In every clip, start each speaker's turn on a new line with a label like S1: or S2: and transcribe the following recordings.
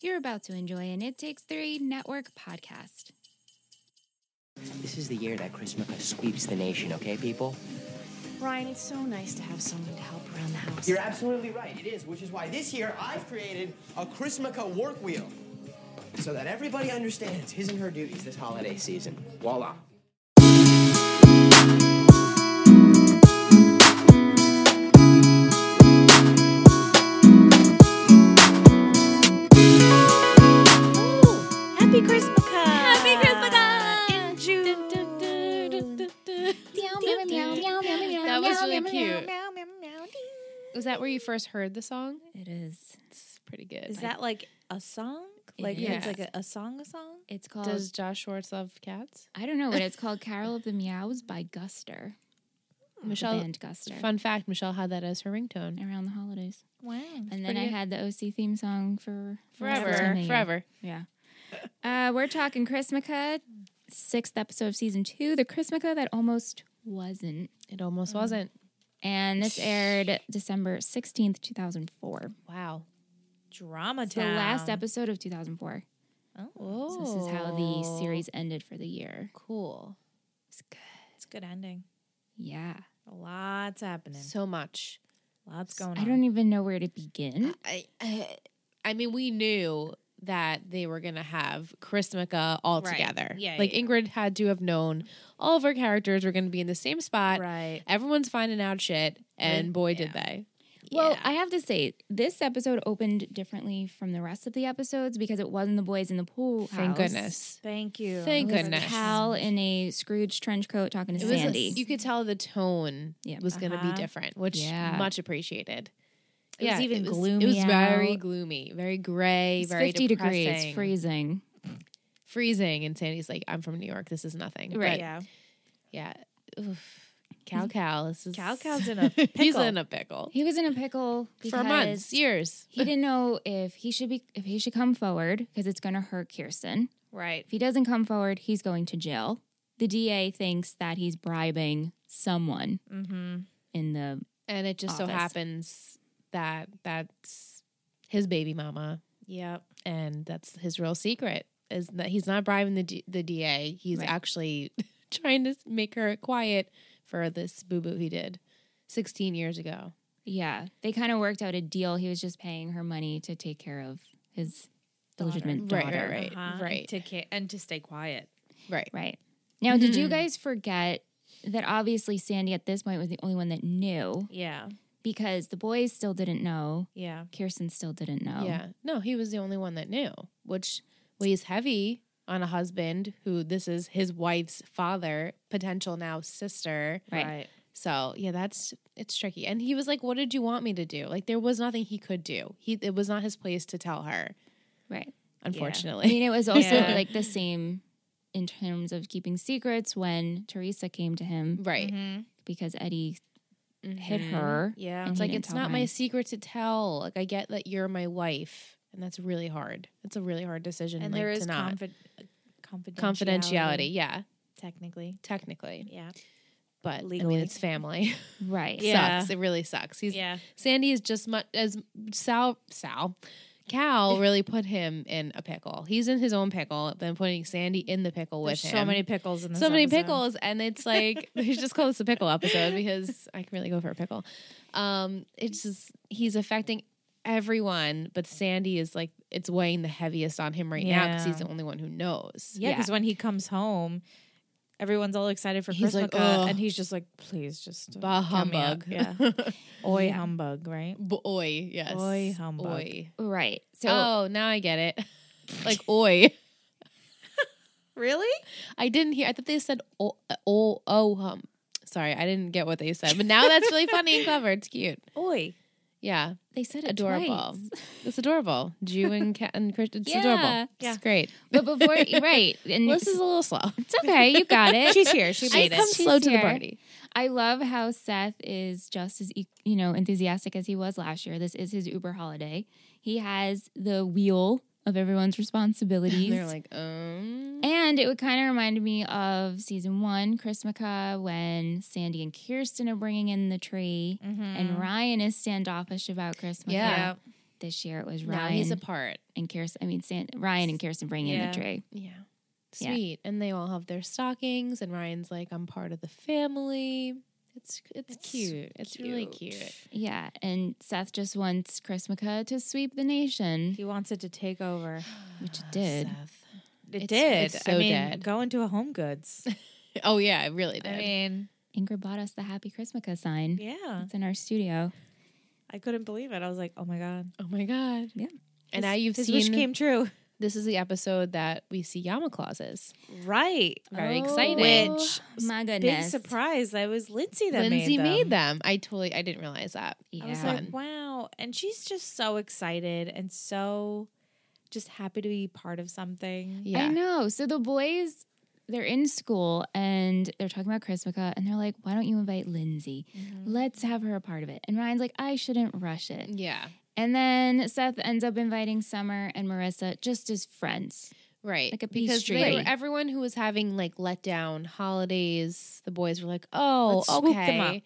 S1: You're about to enjoy an It Takes Three Network podcast.
S2: This is the year that Chris Mika sweeps the nation, okay, people?
S3: Ryan, it's so nice to have someone to help around the house.
S4: You're absolutely right. It is, which is why this year I've created a Chris Mika work wheel so that everybody understands his and her duties this holiday season. Voila.
S3: Oh, happy Christmas! Happy
S1: Christmas!
S3: In June.
S5: That was really cute. Was that where you first heard the song?
S1: It is.
S5: It's pretty good.
S3: Is
S5: I-
S3: that like a song? Like
S1: is.
S3: it's like a, a song, a song?
S1: It's called,
S5: does Josh Schwartz love cats?
S1: I don't know what it's called, Carol of the Meows by Guster.
S3: Oh,
S5: Michelle.
S1: the band Guster.
S5: Fun fact: Michelle had that as her ringtone
S1: Around the holidays.
S3: Wow.
S1: And then I had the OC theme song for the rest of
S5: forever,
S1: the year.
S5: forever.
S1: Yeah. Uh, we're talking Chrismica, sixth episode of season two, the Chrismica that almost wasn't.
S5: It almost
S3: Oh.
S5: wasn't.
S1: And this aired December 16th, 2004.
S5: Wow.
S3: Drama
S1: It's the
S3: town.
S1: last episode of 2004.
S3: Oh,
S1: So this is how the series ended for the year.
S3: Cool.
S1: It's good.
S3: It's a good ending.
S1: Yeah.
S3: Lots happening.
S5: So much.
S3: Lots going on.
S1: I don't even know where to begin.
S5: I, I, I mean, we knew that they were gonna have Chrismica all
S3: Right.
S5: together.
S3: Yeah,
S5: Like
S3: yeah.
S5: Ingrid had to have known all of her characters were gonna be in the same spot.
S3: Right.
S5: Everyone's finding out shit, and boy, did
S3: yeah.
S5: they.
S1: Well,
S3: Yeah.
S1: I have to say, this episode opened differently from the rest of the episodes because it wasn't the boys in the pool house.
S5: Thank goodness.
S3: Thank you.
S5: Thank
S1: It was
S5: goodness.
S1: Cal in a Scrooge trench coat talking to
S5: was
S1: Sandy.
S5: you could tell the tone
S1: Yep.
S5: was going to
S3: Uh-huh.
S5: be different, which
S1: Yeah.
S5: much appreciated.
S3: It was even gloomy
S5: It was very
S3: out.
S5: gloomy, very gray,
S1: It's
S5: very
S1: 50
S5: depressing,
S1: degrees, freezing.
S5: freezing. And Sandy's like, "I'm from New York. This is nothing."
S1: Right.
S5: But,
S3: Yeah.
S5: yeah. Oof. Cal Cal. This is
S3: Cal Cal's in a
S5: He's
S3: pickle.
S5: in a pickle
S1: He was in a pickle
S5: for months,
S1: because
S5: years.
S1: He didn't know if he should be if he should come forward because it's going to hurt Kirsten.
S3: Right.
S1: If he doesn't come forward, he's going to jail. The DA thinks that he's bribing someone
S3: Mm-hmm.
S1: in the
S5: And it just so
S1: Office.
S5: happens that that's his baby mama,
S3: Yep.
S5: and that's his real secret is that he's not bribing the D- the DA. He's
S1: Right.
S5: actually trying to make her quiet for this boo boo he did 16 years ago.
S1: yeah. They kind of worked out a deal. He was just paying her money to take care of his illegitimate
S5: Right,
S1: daughter.
S5: right, right. right.
S3: And Uh-huh. to, ca- and to stay quiet.
S5: Right.
S1: Right. Now, did
S5: Mm-hmm.
S1: you guys forget that obviously Sandy at this point was the only one that knew
S3: Yeah.
S1: because the boys still didn't know,
S3: Yeah.
S1: Kirsten still didn't know.
S5: Yeah. No, he was the only one that knew, which weighs heavy on a husband who this is his wife's father, potential now sister.
S1: Right.
S5: So yeah, that's it's tricky. And he was like, "What did you want me to do?" Like there was nothing he could do. He it was not his place to tell her.
S1: Right. I
S5: Unfortunately,
S1: mean, it was also
S3: Yeah.
S1: like the same in terms of keeping secrets when Teresa came to him
S5: right?
S3: Mhm.
S1: because Eddie hit
S5: Mhm.
S1: her.
S3: Yeah.
S1: and
S5: It's
S1: he
S5: like
S1: didn't
S5: it's
S1: tell
S5: not my
S1: mine.
S5: secret to tell. Like I get that you're my wife, and that's really hard. It's a really hard decision.
S3: And
S5: like,
S3: there
S5: to
S3: is
S5: not
S3: confi- confidentiality.
S5: confidentiality. Yeah,
S3: Technically.
S5: technically,
S3: Yeah.
S5: but I
S3: Legally.
S5: mean it's family.
S1: Right.
S3: Yeah.
S5: sucks. It really sucks. He's
S3: Yeah.
S5: Sandy is just much as Sal Sal Cal really put him in a pickle. He's in his own pickle, then putting Sandy in the pickle
S3: There's
S5: with
S3: so
S5: him.
S3: many pickles in this
S5: so many
S3: episode.
S5: pickles and it's like we should just call this a pickle episode because i can really go for a pickle um it's just he's affecting everyone but sandy is like it's weighing the heaviest on him right now because he's
S3: Yeah.
S5: the only one who knows
S3: Yeah, because when he comes home, everyone's all excited for
S5: He's
S3: Christmas, uh,
S5: like, "Ugh."
S3: and he's just like, "Please, just
S5: bah
S3: count me out."
S5: humbug
S3: yeah, oi humbug, right?
S5: boy yes
S3: Boy humbug.
S5: Oy.
S1: Right. So
S5: oh now i get it like oi
S3: Really?
S5: i didn't hear i thought they said oh oh, oh hum sorry i didn't get what they said but now that's really funny and clever it's cute
S3: Oi,
S5: yeah
S1: they said it
S5: adorable.
S1: twice.
S5: It's adorable. Jew and cat and Christian. It's
S1: Yeah.
S5: adorable.
S3: Yeah.
S5: It's great.
S1: But before, right. And
S5: Well, this is a little slow.
S1: it's okay. You got it.
S3: she's here. She
S5: I
S3: made
S5: come
S3: it.
S1: She's
S5: slow to the
S1: here.
S5: party.
S1: I love how Seth is just as e- you know enthusiastic as he was last year. This is his Uber holiday. He has the wheel of everyone's responsibilities.
S5: They're like, um,
S1: and it would kind of remind me of season one, Chris Chrismica, when Sandy and Kirsten are bringing in the tree,
S3: Mhm.
S1: and Ryan is standoffish about Chrismica,
S5: Mm-hmm. Yeah.
S1: This year it was
S5: Now
S1: Ryan
S5: he's a part.
S1: and Kirsten. I mean, San- Ryan and Kirsten bring in
S5: Yeah.
S1: the tray.
S5: Yeah.
S1: Yeah.
S5: Sweet. And they all have their stockings and Ryan's like, I'm part of the family. It's it's, cute. It's really cute.
S1: Yeah, and Seth just wants Chrismica to sweep the nation,
S6: He wants it to take over.
S1: which it did.
S5: Seth.
S6: It
S5: It's-
S6: did.
S5: it's
S6: I
S5: so
S6: mean,
S5: dead.
S6: go into a Home Goods.
S5: Oh yeah, it really did.
S6: I mean,
S1: Ingrid bought us the Happy Chrismica sign.
S6: yeah,
S1: It's in our studio.
S6: I couldn't believe it. I was like, oh my god,
S5: oh my god.
S1: Yeah.
S5: And now you've
S6: his
S5: seen
S6: wish came true,
S5: this is the episode that we see Yama clauses.
S6: right?
S5: Very
S1: Oh,
S5: exciting.
S6: Which
S1: my
S6: big
S1: goodness.
S6: surprise! I was Lindsay that
S5: Lindsay
S6: made them.
S5: made them. I totally I didn't realize that.
S1: Yeah.
S6: I was like, wow. And she's just so excited and so just happy to be part of something.
S5: Yeah.
S1: I know. So the boys, they're in school and they're talking about Chrismica and they're like, why don't you invite Lindsay?
S6: Mm-hmm.
S1: Let's have her a part of it. And Ryan's like, I shouldn't rush it.
S6: Mm.
S5: Yeah.
S1: And then Seth ends up inviting Summer and Marissa just as friends.
S5: Right.
S1: Like a
S5: because
S1: pastry.
S5: they were,
S1: Right.
S5: everyone who was having like let down holidays, the boys were like, "Oh,
S6: Let's swoop
S5: okay.
S6: them up."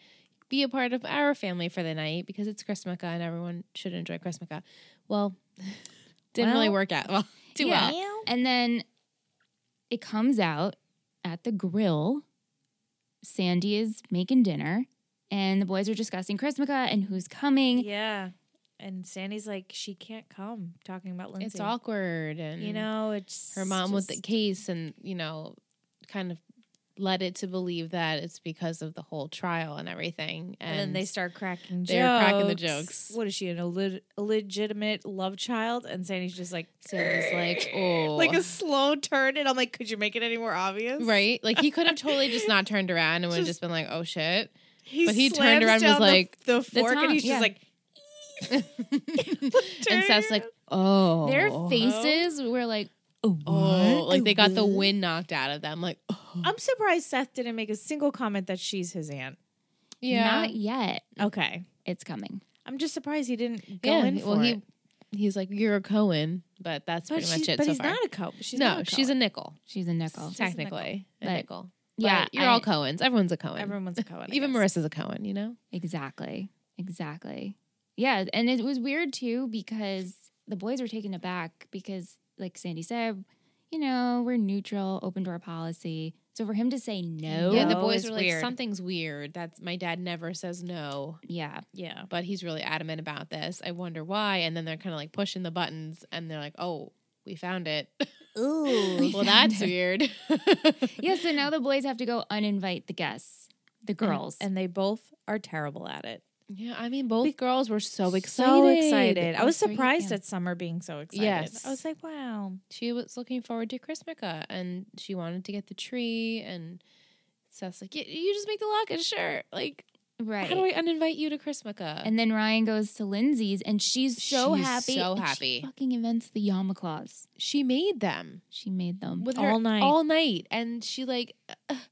S5: Be a part of our family for the night because it's Chrismica and everyone should enjoy Chrismica." Well, didn't really
S6: Well-
S5: work out well too
S1: Yeah.
S5: well.
S1: And then it comes out at the grill. Sandy is making dinner and the boys are discussing Chrismica and who's coming.
S6: Yeah. And Sandy's like, she can't come talking about Lindsay.
S5: It's awkward and
S6: you know, it's
S5: her mom with the
S6: just-
S5: case and you know kind of led it to believe that it's because of the whole trial and everything and,
S6: And then they start cracking jokes.
S5: They're cracking the jokes.
S6: What is she, an illeg- illegitimate love child? And Sandy's just like,
S5: Sandy's like oh
S6: like a slow turn. And I'm like, could you make it any more obvious?
S5: right like he could have totally just not turned around and would have just been like oh shit
S6: He
S5: But he
S6: slams
S5: turned around and was
S6: down the-
S5: like,
S6: the, fork,
S1: tongue,
S6: and he's just
S1: yeah.
S6: like,
S5: and Seth's like
S1: Oh. Their faces were like, oh,
S5: oh
S1: what?
S5: like they got the
S1: What?
S5: wind knocked out of them like oh.
S6: I'm surprised Seth didn't make a single comment that she's his aunt.
S5: yeah
S1: Not yet.
S6: Okay.
S1: It's coming.
S6: I'm just surprised he didn't go
S5: yeah
S6: in for
S5: well
S6: it.
S5: he he's like you're a Cohen but that's
S6: but
S5: pretty much
S6: she's,
S5: it
S6: but
S5: so
S6: he's
S5: far
S6: not a co. She's
S5: no
S6: not a
S5: she's a
S6: co.
S5: nickel
S1: She's a nickel.
S6: a nickel.
S5: technically a
S1: But-
S5: nickel But
S1: yeah.
S5: you're all
S1: I-
S5: Cohens everyone's a Cohen
S6: Everyone's a co.
S5: even Marissa's a Cohen you know
S1: Exactly. Exactly. Yeah. And it was weird too because the boys were taken aback because, like Sandy said, you know, we're neutral, open door policy. So for him to say no,
S5: Yeah, the
S6: No
S5: boys
S6: is
S5: were like,
S6: weird.
S5: something's weird. That's my dad never says no,
S1: yeah,
S6: Yeah.
S5: but he's really adamant about this. I wonder why. And then they're kind of like pushing the buttons and they're like, oh, we found it.
S6: Ooh.
S5: well, that's weird.
S1: yeah. So now the boys have to go uninvite the guests, the girls.
S6: And they both are terrible at it.
S5: yeah, I mean, both girls were so excited.
S6: So excited. I was
S1: Both three-
S6: surprised
S1: yeah.
S6: at Summer being so excited.
S5: Yes.
S6: I was like, wow.
S5: She was looking forward to Chrismica and she wanted to get the tree. And Seth's like, "Yeah, you just make the locket, sure. Like,
S1: right.
S5: how do I uninvite you to Chrismica?
S1: and then Ryan goes to Lindsay's and she's so
S5: She's
S1: happy.
S5: so
S1: and she
S5: happy.
S1: fucking invents the Yama Claws.
S5: she made them
S1: She made them.
S5: with
S6: All
S5: her
S6: night.
S5: all night. And she, like,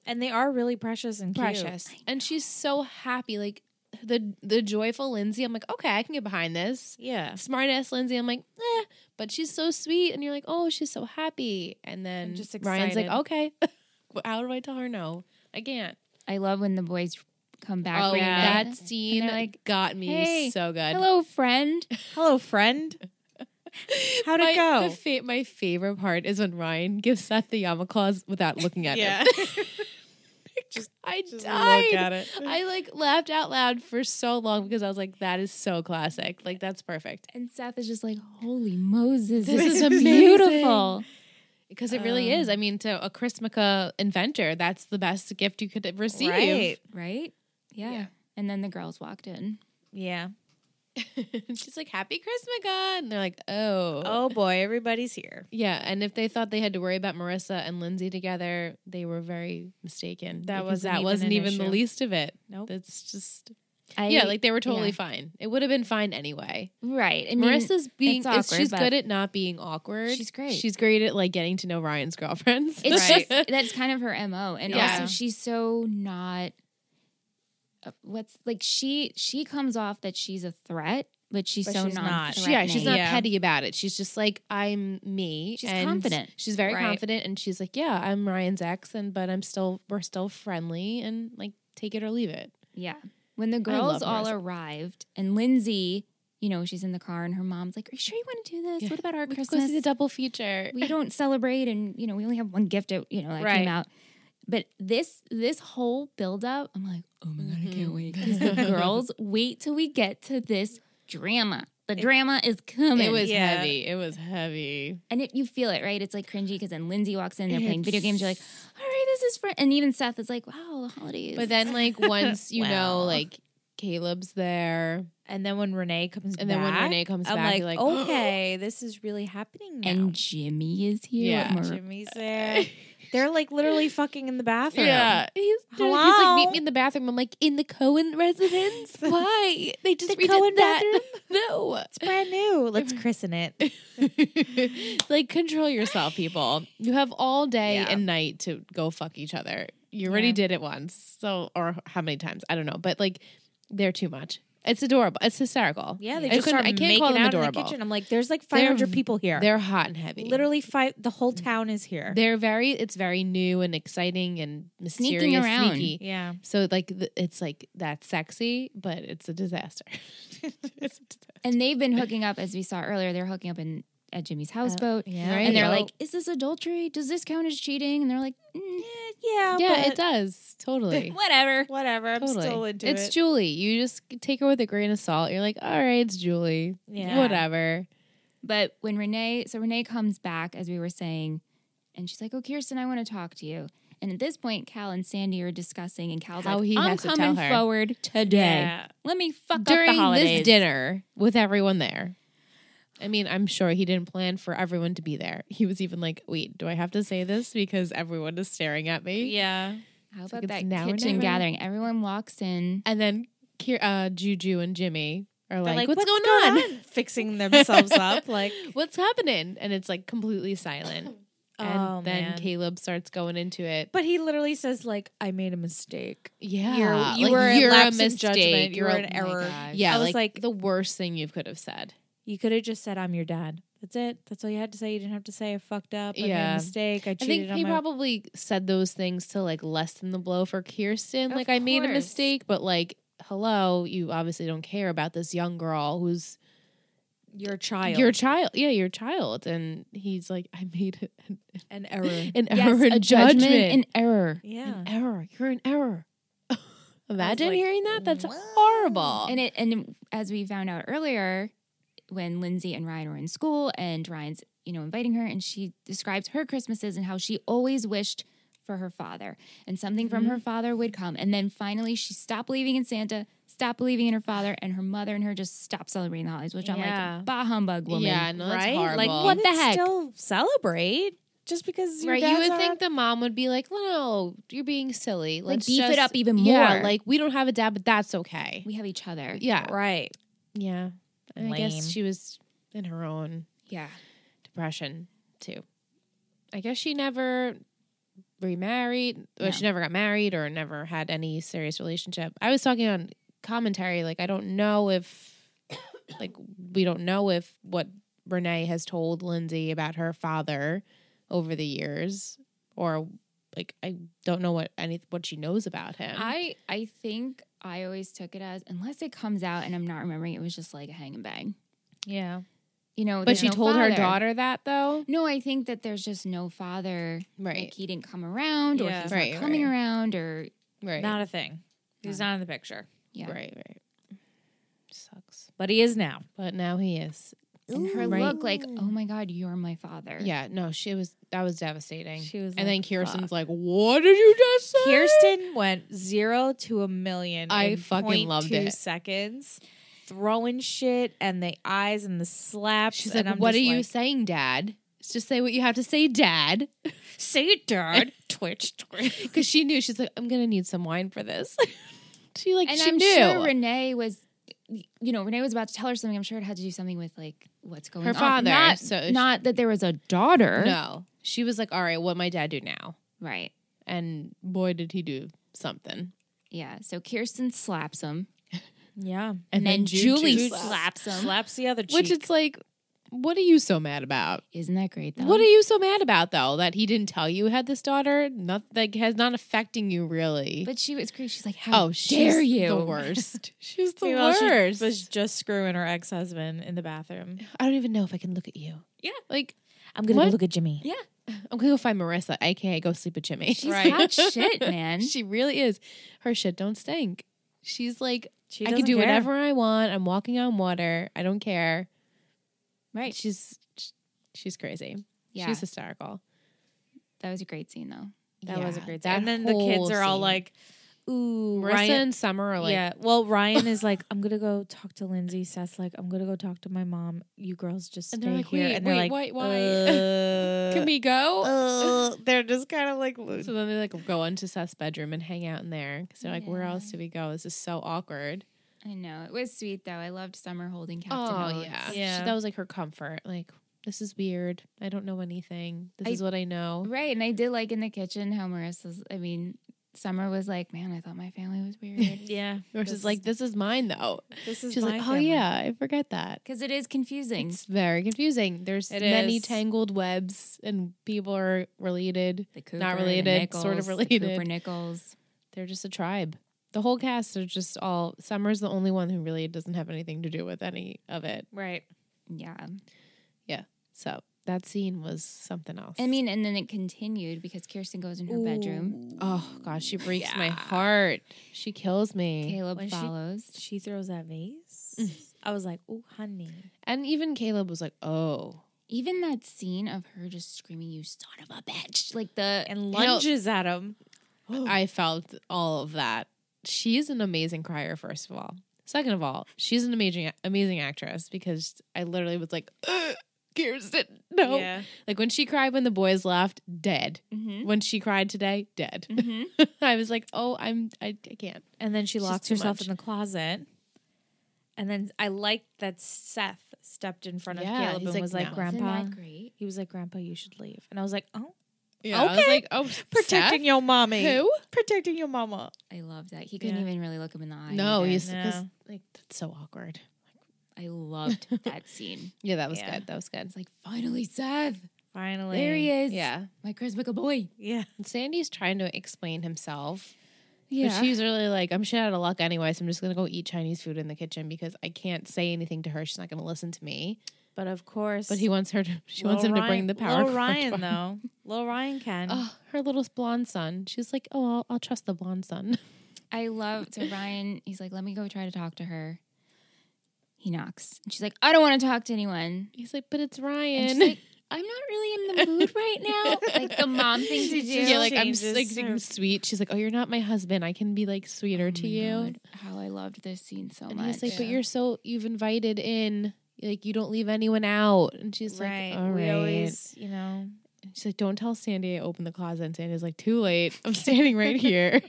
S6: And they are really precious and cute.
S5: precious and she's so happy like the the joyful lindsay i'm like okay i can get behind this
S6: Yeah.
S5: smart ass lindsay i'm like eh. but she's so sweet and you're like oh she's so happy and then
S6: I'm just
S5: ryan's like
S6: excited.
S5: okay how do i tell her no i can't
S1: I love when the boys come back.
S5: oh
S1: from
S6: yeah.
S5: that
S1: that.
S5: scene
S1: And they're like,
S5: got me
S1: "Hey,
S5: so good
S1: Hello, friend.
S6: Hello, friend. How'd it
S5: my,
S6: go?
S5: the fa- my favorite part is when Ryan gives Seth the Yama claws without looking at him. I
S6: Just look
S5: died.
S6: at it.
S5: I like laughed out loud for so long because I was like, "That is so classic. Like that's perfect."
S1: And Seth is just like, holy Moses,
S5: This
S1: this,
S5: is
S1: is
S5: amazing.
S1: beautiful.
S5: Because it really is. I
S1: Um,
S5: mean, to a Chrismica inventor, that's the best gift you could receive.
S6: Right.
S1: Right? Yeah.
S5: Yeah.
S1: And then the girls walked in.
S6: Yeah.
S5: She's like, Happy Chrismica. And they're like, Oh.
S6: Oh boy, everybody's here.
S5: Yeah. And if they thought they had to worry about Marissa and Lindsay together, they were very mistaken.
S6: That
S5: because
S6: wasn't even
S5: wasn't
S6: an
S5: even the
S6: issue.
S5: least of it.
S6: Nope.
S5: That's just,
S1: I,
S5: yeah, like they were totally
S1: yeah.
S5: fine. It would have been fine anyway.
S1: right. I mean,
S5: Marissa's being,
S1: it's
S5: is-
S1: awkward,
S5: she's
S1: but-
S5: good at not being awkward.
S1: She's great.
S5: She's great at like getting to know Ryan's girlfriends.
S1: it's
S6: Right.
S1: just, that's kind of her MO. And
S5: Yeah.
S1: also, she's so not, uh, what's like, she she comes off that she's a threat, but she's
S6: But
S1: so
S6: she's not.
S1: non-threatening.
S5: Yeah, she's not
S6: Yeah.
S5: petty about it. She's just like, I'm me.
S1: She's
S5: and
S1: confident.
S5: She's very
S6: Right.
S5: confident, and she's like, yeah, I'm Ryan's ex, and but I'm still we're still friendly, and like take it or leave it.
S1: Yeah. When the
S5: love
S1: girls all
S5: Marissa.
S1: arrived and Lindsay you know, she's in the car and her mom's like, Are you sure you want to do this?
S5: Yeah.
S1: What about our
S5: We could
S1: Christmas?
S5: go see the double feature.
S1: we don't celebrate and you know, we only have one gift out, you know, that
S6: Right.
S1: came out. But this this whole build up, I'm like, Oh my god, I can't wait.
S5: Mm-hmm.
S1: 'Cause the girls wait till we get to this drama. The drama is coming.
S5: it was
S6: Yeah.
S5: heavy. It was heavy.
S1: and it, you feel it, right? It's like cringy because then Lindsay walks in, they're playing video games. You're like, all right, this is fun. And even Seth is like, wow, the holidays.
S5: But then, like, once you know,
S6: Wow.
S5: like, Caleb's there.
S6: And then when Renee comes
S5: And
S6: back,
S5: then when Renee comes
S6: I'm
S5: back,
S6: like,
S5: you're like, "Oh."
S6: okay, this is really happening now.
S1: and Jimmy is here.
S5: Yeah,
S1: Mar-
S6: Jimmy's there. They're like literally fucking in the bathroom.
S5: Yeah. He's, he's like,
S6: Hello?
S5: meet me in the bathroom. I'm like, in the Cohen residence? Why? They just
S6: The
S5: redid
S6: Cohen
S5: that. No.
S6: It's brand new. Let's christen it.
S5: It's like, control yourself, people. You have all day
S6: Yeah.
S5: and night to go fuck each other. You already
S1: Yeah.
S5: did it once. So, or how many times? I don't know. But, like, they're too much. It's adorable. It's hysterical.
S6: Yeah, they
S5: I
S6: just
S5: couldn't-
S6: start
S5: I can't
S6: making
S5: call them
S6: out in
S5: adorable.
S6: the kitchen. I'm like, there's like
S5: They're-
S6: 500 people here.
S5: They're hot and heavy.
S6: literally five. The whole town is here.
S5: They're very. It's very new and exciting and mysterious,
S1: Sneaking around.
S5: sneaky.
S6: yeah,
S5: So like th- it's like that's sexy, but it's a disaster. it's a disaster.
S1: and they've been hooking up, as we saw earlier, they're hooking up in at Jimmy's houseboat.
S6: yeah.
S1: And they're
S5: Uh, Right.
S1: like, is this adultery? Does this count as cheating? And they're like, "Mm,
S6: yeah,
S5: yeah,
S6: "Oh, but
S5: it does totally.
S1: whatever.
S6: Whatever. I'm
S5: Totally.
S6: still into
S5: it's
S6: it.
S5: Julie. You just take her with a grain of salt. You're like, all right, it's Julie.
S6: Yeah.
S5: Whatever.
S1: But when Renee, so Renee comes back, as we were saying, and she's like, "Oh, Kirsten, I want to talk to you." And at this point, Cal and Sandy are discussing, and Cal's
S5: How
S1: like,
S5: he
S1: "I'm
S5: has to tell
S1: coming
S5: her."
S1: forward today.
S6: Yeah.
S1: Let me fuck up
S5: During
S1: the holidays."
S5: this dinner with everyone there. I mean, I'm sure he didn't plan for everyone to be there. He was even like, wait, do I have to say this because everyone is staring at me?
S6: yeah,
S1: How about
S5: like it's
S1: that
S5: now or
S1: kitchen
S5: never.
S1: gathering? Everyone walks in.
S5: And then Ki- uh, Juju and Jimmy are
S6: They're
S5: like, what's, going, on?
S6: Fixing themselves up, like
S5: What's happening? And it's like completely silent. And
S6: Oh,
S5: then
S6: man.
S5: Caleb starts going into it.
S6: But he literally says, like, I made a mistake.
S5: Yeah,
S6: You're- you
S5: like,
S6: were a
S5: you're
S6: lapse in
S5: mistake.
S6: judgment. You
S5: You're
S6: were
S5: a-
S6: an
S5: my
S6: error.
S5: gosh. Yeah,
S6: I was
S5: like,
S6: like-
S5: the worst thing you could have said.
S6: You could have just said, I'm your dad. That's it. That's all you had to say. You didn't have to say I fucked up. I made
S5: Yeah.
S6: a mistake. I
S5: I
S6: cheated
S5: think
S6: on
S5: he
S6: my
S5: probably said those things to like lessen the blow for Kirsten.
S1: Of
S5: like I made a
S1: course.
S5: mistake, but like hello, you obviously don't care about this young girl who's
S6: your child.
S5: your child. Yeah, your child. And he's like, I made an,
S6: an error.
S1: Yes,
S5: an error,
S1: a
S5: in judgment,
S1: an error.
S6: yeah.
S5: an error. You're an error. Imagine
S6: like,
S5: hearing that. That's horrible.
S1: And it and as we found out earlier, when Lindsay and Ryan were in school and Ryan's, you know, inviting her and she describes her Christmases and how she always wished for her father and something from
S5: Mm-hmm.
S1: her father would come. And then finally she stopped believing in Santa, stopped believing in her father, and her mother and her just stopped celebrating the holidays, which I'm
S5: Yeah.
S1: like, bah humbug woman.
S5: yeah, no, that's
S6: right?
S5: horrible.
S6: Like, what the heck? Still celebrate just because your
S5: right? You
S6: dad's
S5: would
S6: not-
S5: think the mom would be like, "No, you're being silly.
S1: Like,
S5: Let's
S1: beef it
S5: just-
S1: up even
S5: Yeah,
S1: more.
S5: like we don't have a dad, but that's okay.
S1: We have each other.
S5: yeah,
S6: Right.
S5: yeah. I
S6: Lame.
S5: guess she was in her own
S1: Yeah.
S5: depression too. I guess she never remarried. Well,
S1: No.
S5: She never got married or never had any serious relationship. I was talking on commentary. Like I don't know if, like we don't know if what Renee has told Lindsay about her father over the years, or like I don't know what any what she knows about him.
S1: I I think I always took it as unless it comes out and I'm not remembering, it was just like a hang and bang.
S6: Yeah.
S1: You know,
S5: but
S1: there's
S5: she
S1: no
S5: told her
S1: father.
S5: daughter that though,
S1: No, I think that there's just no father.
S5: right?
S1: Like he didn't come around, or
S6: Yeah.
S1: he's
S5: Right,
S1: not coming
S5: right.
S1: around, or
S5: Right,
S6: Not a thing. He's
S1: Yeah.
S6: not in the picture.
S1: yeah.
S5: right, right. Sucks,
S6: But he is now.
S5: but now he is.
S1: And her
S5: Right.
S1: look, like, oh my god, you're my father.
S5: Yeah, no, she was that was devastating.
S6: She was
S5: and then
S6: like,
S5: Kirsten's
S6: fuck.
S5: like, "What did you just say?"
S6: Kirsten went zero to a million.
S5: I
S6: in
S5: fucking loved
S6: 0.2
S5: it.
S6: Seconds throwing shit and the eyes and the slaps.
S5: She's
S6: and
S5: like,
S6: I'm
S5: "What are
S6: just
S5: you
S6: like,
S5: saying, Dad? Just say what you have to say, Dad."
S6: Say it, Dad. twitch, twitch.
S5: Because she knew she's like, "I'm gonna need some wine for this." she like
S1: and
S5: she
S1: I'm
S5: knew
S1: sure Renee was, you know, Renee was about to tell her something. I'm sure it had to do something with like what's going
S5: Her
S1: on.
S5: father,
S1: Not,
S5: so she-
S1: not that there was a daughter.
S5: No, she was like, "All right, what my dad do now?"
S1: Right.
S5: And boy, did he do something.
S1: Yeah. So Kirsten slaps him,
S6: Yeah.
S1: and, then
S5: Julie
S1: Julie
S5: slaps-
S1: slaps him.
S6: Slaps the other cheek.
S5: Which it's like, What are you so mad about?
S1: Isn't that great though?
S5: What are you so mad about though? That he didn't tell you had this daughter? Not like has not affecting you really.
S1: But she was crazy. She's like, how
S5: oh, she's
S1: dare you?
S5: The worst. She's the
S6: Meanwhile, she
S5: worst.
S6: was just screwing her ex husband in the bathroom.
S5: I don't even know if I can look at you.
S1: Yeah.
S5: Like
S6: I'm
S5: gonna go
S6: look at Jimmy.
S1: Yeah.
S5: I'm gonna go find Marissa, aka go sleep with Jimmy.
S1: She's
S6: Right.
S1: hot shit, man.
S5: she really is. Her shit don't stink. She's like,
S6: She
S5: I can
S6: doesn't
S5: do
S6: care.
S5: whatever I want. I'm walking on water. I don't care.
S1: right.
S5: She's she's crazy.
S1: yeah.
S5: She's hysterical.
S1: that was a great scene though.
S6: That was a
S5: Yeah,
S6: great
S5: that
S6: scene. And then the kids
S5: whole
S6: are all
S5: scene.
S6: like, ooh,
S5: Marissa
S6: Ryan.
S5: and Summer are like,
S6: yeah. Well, Ryan is like, I'm gonna go talk to Lindsay. Seth's like, I'm gonna go talk to my mom. You girls just
S5: And
S6: stay
S5: they're like,
S6: here.
S5: wait,
S6: and they're
S5: wait,
S6: like,
S5: wait, why?
S6: "Uh,
S5: can we go?
S6: uh," they're just kind of like,
S5: so then they like go into Seth's bedroom and hang out in there because they're like, where
S1: Yeah.
S5: else do we go? This is so awkward.
S1: I know. It was sweet though. I loved Summer holding Captain
S5: Oh
S1: Oates.
S5: yeah,
S6: Yeah.
S5: She- that was like her comfort. Like this is weird. I don't know anything. This
S1: I-
S5: is what I know.
S1: Right. And I did like in the kitchen how Marissa's I mean, Summer was like, Man, I thought my family was weird.
S6: yeah.
S5: Versus like this is mine though.
S6: This is
S5: She's
S6: my
S5: like, oh
S6: family."
S5: yeah, I forget that.
S1: Because it is confusing.
S5: It's very confusing. There's
S6: It
S5: many
S6: is.
S5: tangled webs, and people are related.
S1: The Cooper,
S5: Not
S1: the
S5: related, sort of
S1: Nichols, the
S5: related.
S1: Cooper Nichols.
S5: They're just a tribe. The whole cast are just all. Summer's the only one who really doesn't have anything to do with any of it.
S6: Right.
S1: Yeah.
S5: So that scene was something else.
S1: I mean, and then it continued because Kirsten goes in her bedroom.
S5: oh gosh, she breaks my heart. She kills me.
S1: Caleb
S6: When she-
S1: follows.
S6: She throws that vase. I was like, oh honey.
S5: And even Caleb was like, oh.
S1: Even that scene of her just screaming, "You son of a bitch!" Like the
S6: And
S5: know-
S6: lunges at him.
S5: I felt all of that. She's an amazing crier, first of all. Second of all, she's an amazing amazing actress because I literally was like, "Ugh, Kirsten, no.
S6: Yeah.
S5: Like when she cried when the boys left, dead.
S6: Mm-hmm.
S1: Mhm.
S5: When she cried today, dead.
S1: Mhm.
S5: I was like, oh, I'm I, I can't.
S6: And then she
S5: It's just
S6: locks
S5: too
S6: herself
S5: much.
S6: in the closet. And then I liked that Seth stepped in front of
S5: Yeah,
S6: Caleb
S5: he's
S6: and
S5: like,
S6: was like,
S5: "No."
S1: isn't
S6: Grandpa.
S1: that great?
S6: He was like, Grandpa, you should leave. And I was like, oh,
S5: Yeah, I was
S6: Okay.
S5: like, oh,
S6: protecting your mommy.
S5: Who?
S6: Protecting your mama.
S1: I love that. He couldn't
S6: Yeah.
S1: even really look him in the eye.
S5: No,
S1: either.
S5: he's 'cause,
S6: No.
S5: like that's so awkward.
S1: I loved that scene.
S5: Yeah, that was
S6: Yeah.
S5: good. That was good.
S1: It's like finally, Seth.
S6: Finally.
S1: There he is.
S5: Yeah.
S1: my charismatic boy.
S6: Yeah.
S5: And Sandy's trying to explain himself But
S1: Yeah,
S5: she's really like, I'm shit out of luck anyway, so I'm just gonna go eat Chinese food in the kitchen because I can't say anything to her. She's not gonna listen to me.
S6: But of course.
S5: But he wants her to. She wants him
S6: Little
S5: to bring
S6: Ryan-
S5: the power.
S6: Little Ryan,
S5: cord.
S6: though. Little Ryan can.
S5: Oh, her little blonde son. She's like, oh, I'll, I'll trust the blonde son.
S1: I love. So Ryan, he's like, "Let me go try to talk to her." He knocks, and she's like, "I don't want to talk to anyone."
S5: He's like, but it's
S1: And
S5: Ryan.
S1: she's like, I'm not really in the mood right now. Oh Like the mom thing to do.
S5: yeah, like I'm s-
S6: changes
S5: like I'm
S6: her-
S5: sweet. She's like, oh, you're not my husband. I can be like sweeter
S1: Oh
S5: to
S1: my
S5: you.
S1: God, how I loved this scene so
S5: And
S1: much.
S5: he's like, but you're so you've invited in. Like you don't leave anyone out. And she's
S6: right.
S5: like, all right.
S6: We always, you know.
S5: And She's like, don't tell Sandy I opened the closet. And Sandy's like, too late. I'm standing right here.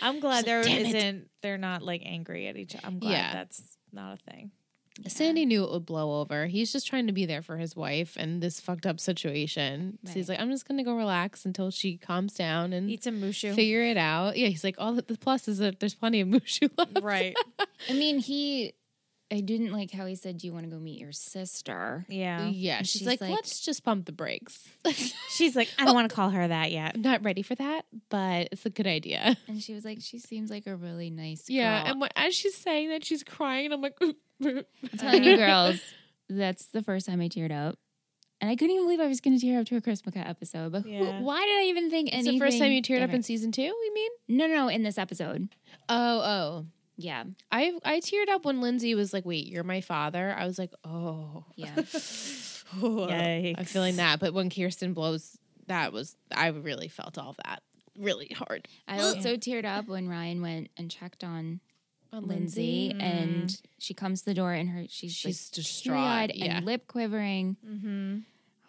S6: I'm glad there
S5: "Damn it."
S6: isn't. They're not like angry at each other. I'm glad
S5: Yeah.
S6: that's not a thing.
S5: Sandy knew it would blow over. He's just trying to be there for his wife and this fucked up situation. So he's
S1: Right.
S5: like, I'm just going to go relax until she calms down and
S6: Eat some mushu.
S5: Mm. figure it out. Yeah, he's like, all the, the plus is that there's plenty of mushu left.
S6: Right.
S1: I mean, he. I didn't like how he said, "Do you want to go meet your sister?"
S6: Yeah.
S5: Yeah,
S1: And
S5: she's,
S1: she's
S5: like,
S1: like-
S5: let's just pump the brakes.
S6: She's like, I don't want to call her that yet.
S5: I'm not ready for that, but it's a good idea.
S1: And she was like, "She seems like a really nice
S5: Yeah,
S1: girl."
S5: and what, as she's saying that, she's crying. I'm like,
S1: I'm telling you, girls, that's the first time I teared up, and I couldn't even believe I was going to tear up to a Chrismica episode. But who-
S6: Yeah.
S1: why did I even think
S5: It's
S1: anything?
S5: the first time you teared up in
S1: different?
S5: season two, you mean?
S1: no, no, no, in this episode.
S5: Oh, oh.
S1: Yeah,
S5: I I teared up when Lindsay was like, "Wait, you're my father." I was like, "Oh,
S1: yeah.
S5: uh, I'm feeling that." But when Kirsten blows, that was I really felt all that really hard
S1: I also teared up when Ryan went and checked on
S5: on
S1: Lindsay, and she comes to the door and her she's
S5: She's
S1: like
S5: distraught.
S1: teary-eyed
S5: Yeah.
S1: and lip quivering.
S6: Mm-hmm.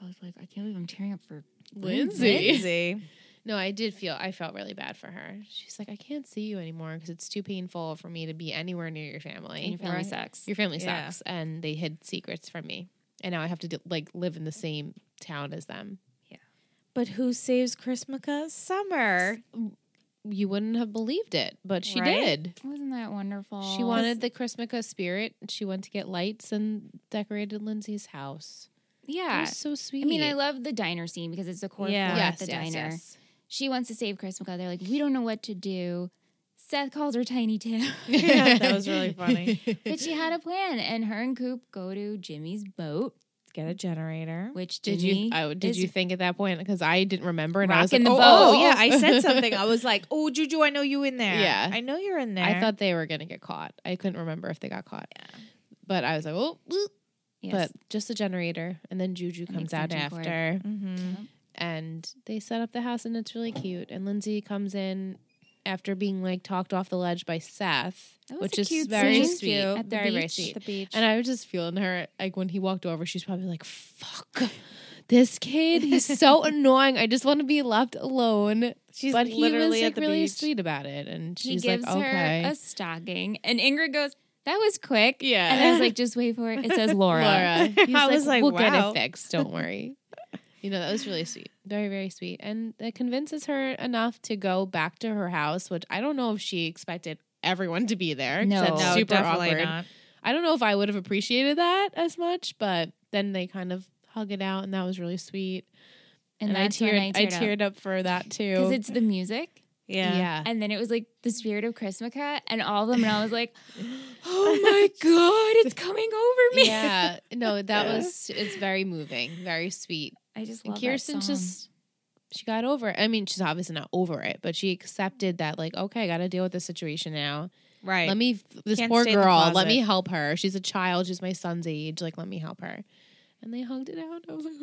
S1: I was like, I can't believe I'm tearing up for
S5: Lindsay.
S6: Lindsay.
S5: No, I did feel I felt really bad for her. She's like, "I can't see you anymore because it's too painful for me to be anywhere near your family.
S1: and your family
S5: Right?
S1: sucks.
S5: Your family
S6: Yeah.
S5: sucks, and they hid secrets from me, and now I have to do, like live in the same town as them."
S6: But who saves Chrismica? Summer.
S5: you wouldn't have believed it, but she
S6: Right?
S5: did.
S1: Wasn't that wonderful?
S5: She wanted the Chrismica spirit. and She went to get lights and decorated Lindsay's house. It
S1: Yeah.
S5: was so sweet.
S1: I mean, I love the diner scene because it's the core
S6: Yeah.
S1: yeah.
S5: yes,
S1: at the
S5: yes,
S1: diner.
S5: yes.
S1: She wants to save Chrismica. They're like, we don't know what to do. Seth calls her Tiny Tim,
S6: Yeah, that was really funny.
S1: but she had a plan, and her and Coop go to Jimmy's boat,
S6: Get a generator.
S1: which
S5: Did
S1: Jimmy
S5: you? I, did
S1: is-
S5: you think at that point? Because I didn't remember, and I was like,
S1: Rocking the
S5: oh,
S1: boat.
S5: oh,
S6: Oh, yeah, I said something. I was like, "Oh, Juju, I know you in there.
S5: Yeah.
S6: I know you're in there."
S5: I thought they were gonna get caught. I couldn't remember if they got caught. But I was like, oh, boop.
S1: Yes.
S5: but just a generator, and then Juju
S1: An
S5: comes out
S1: extension cord.
S5: after,
S6: Mhm.
S5: and they set up the house, and it's really cute. And Lindsay comes in after being like talked off the ledge by Seth,
S1: That was
S5: which
S1: a
S5: is
S1: cute
S5: very
S1: scene.
S5: sweet,
S1: At the
S5: very very
S1: beach.
S5: sweet.
S6: the beach.
S5: And I was just feeling her like when he walked over, she's probably like, "Fuck." This kid, he's so annoying. I just want to be left alone.
S6: She's
S5: but he was
S6: literally at
S5: like
S6: the
S5: really
S6: beach.
S5: sweet about it, and
S1: he
S5: she's
S1: gives
S5: like, "Okay."
S1: her a stocking, and Ingrid goes, "That was quick."
S5: Yeah.
S1: and I was like, "Just wait for it." It says Laura.
S5: Laura. He's
S6: I was like,
S5: we'll
S6: wow."
S5: get it fixed. Don't worry. you know, that was really sweet. Very, very sweet. And that convinces her enough to go back to her house, which I don't know if she expected everyone to be there. 'cause
S1: No.
S5: that's
S1: No,
S5: super
S6: definitely
S5: awkward.
S6: not.
S5: I don't know if I would have appreciated that as much, but then they kind of hug it out, and that was really sweet.
S1: And,
S5: I
S1: that's when
S5: teared,
S1: I teared,
S5: teared up. for that too.
S1: because it's the music.
S6: Yeah.
S1: And then it was like the spirit of Chrismica and all of them. And I was like, oh my God, it's coming over me.
S5: yeah. No, that was it's very moving, very sweet.
S1: I just
S5: And
S1: love
S5: Kirsten
S1: that song.
S5: just she got over it. I mean, she's obviously not over it, but she accepted that like, okay, I got to deal with this situation now.
S6: Right.
S5: Let me this
S6: Can't
S5: poor
S6: stay in the
S5: girl, let
S6: closet.
S5: me help her. She's a child, she's my son's age, like let me help her. And they hugged it out. I was like,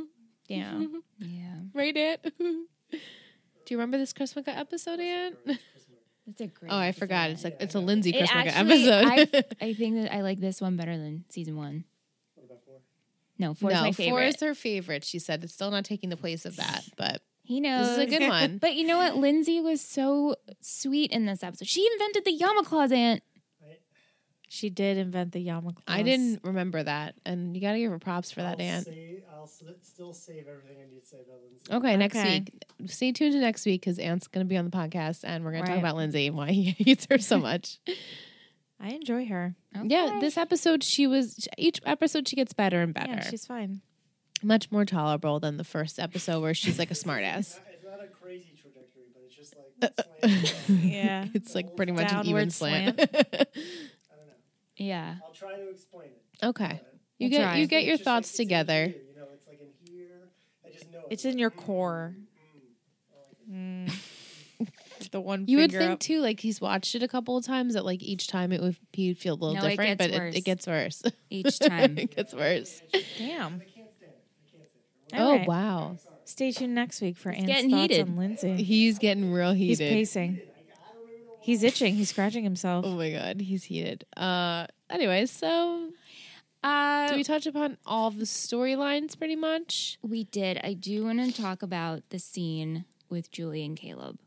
S6: yeah.
S1: Yeah.
S5: right it. Do you remember this Christmas episode, Anne?
S1: It's a great.
S5: Oh, I forgot. It's like it's a Lindsay
S1: It
S5: Christmas
S1: actually-
S5: episode.
S1: I, I think that I like this one better than season one. What about four? No, four is
S5: no,
S1: my
S5: four
S1: favorite.
S5: is her favorite. She said it's still not taking the place of that, but
S1: he knows.
S5: this is a good one.
S1: But you know what? Lindsay was so sweet in this episode. She invented the Yama Claus aunt.
S6: She did invent the yarmulke.
S5: I didn't remember that, and you got to give her props for that,
S7: I'll
S5: Anne.
S7: say- I'll s- still save everything I need to say about Lindsay.
S5: Okay, next
S6: Okay.
S5: week. Stay tuned to next week because Ant's going to be on the podcast and we're going to
S6: Right.
S5: talk about Lindsay and why he hates her so much.
S6: I enjoy her.
S5: Yeah,
S1: Okay.
S5: this episode, she was, each episode, she gets better and better.
S6: Yeah, she's fine.
S5: Much more tolerable than the first episode where she's like a smartass. Uh,
S7: Not- It's not a crazy trajectory, but it's just like slant.
S6: Yeah.
S5: it's like pretty much an
S6: Downward
S5: even slant.
S7: I don't know.
S1: Yeah.
S7: I'll try to explain it.
S5: okay. You
S6: We'll
S5: get
S6: try.
S5: you get
S7: It's
S5: your
S7: just like-
S5: thoughts
S7: it's in
S5: together.
S7: here, you know, it's like in here. I just know
S6: It's
S7: like,
S6: in your
S7: mm,
S6: core.
S7: mm.
S6: Mm. the one
S5: You would
S6: finger
S5: think
S6: up.
S5: too, like he's watched it a couple of times that like each time it would he'd feel a little
S1: No, it
S5: different,
S1: gets
S5: but it,
S1: worse.
S5: it gets worse.
S1: Each time.
S5: it gets worse.
S6: Damn.
S7: I can't stand it. I can't stand it.
S5: Oh
S6: All right.
S5: wow,
S6: Stay tuned next week for Anne's
S1: getting
S6: thoughts
S1: heated.
S6: on Lindsay.
S5: he's getting real
S6: He's
S5: heated.
S6: pacing. He's itching. He's scratching himself.
S5: Oh my god, he's heated. Uh anyway, so
S1: Uh,
S6: Oh.
S5: did we touch upon all the storylines pretty much?
S1: We did. I do want to talk about the scene with Julie and Caleb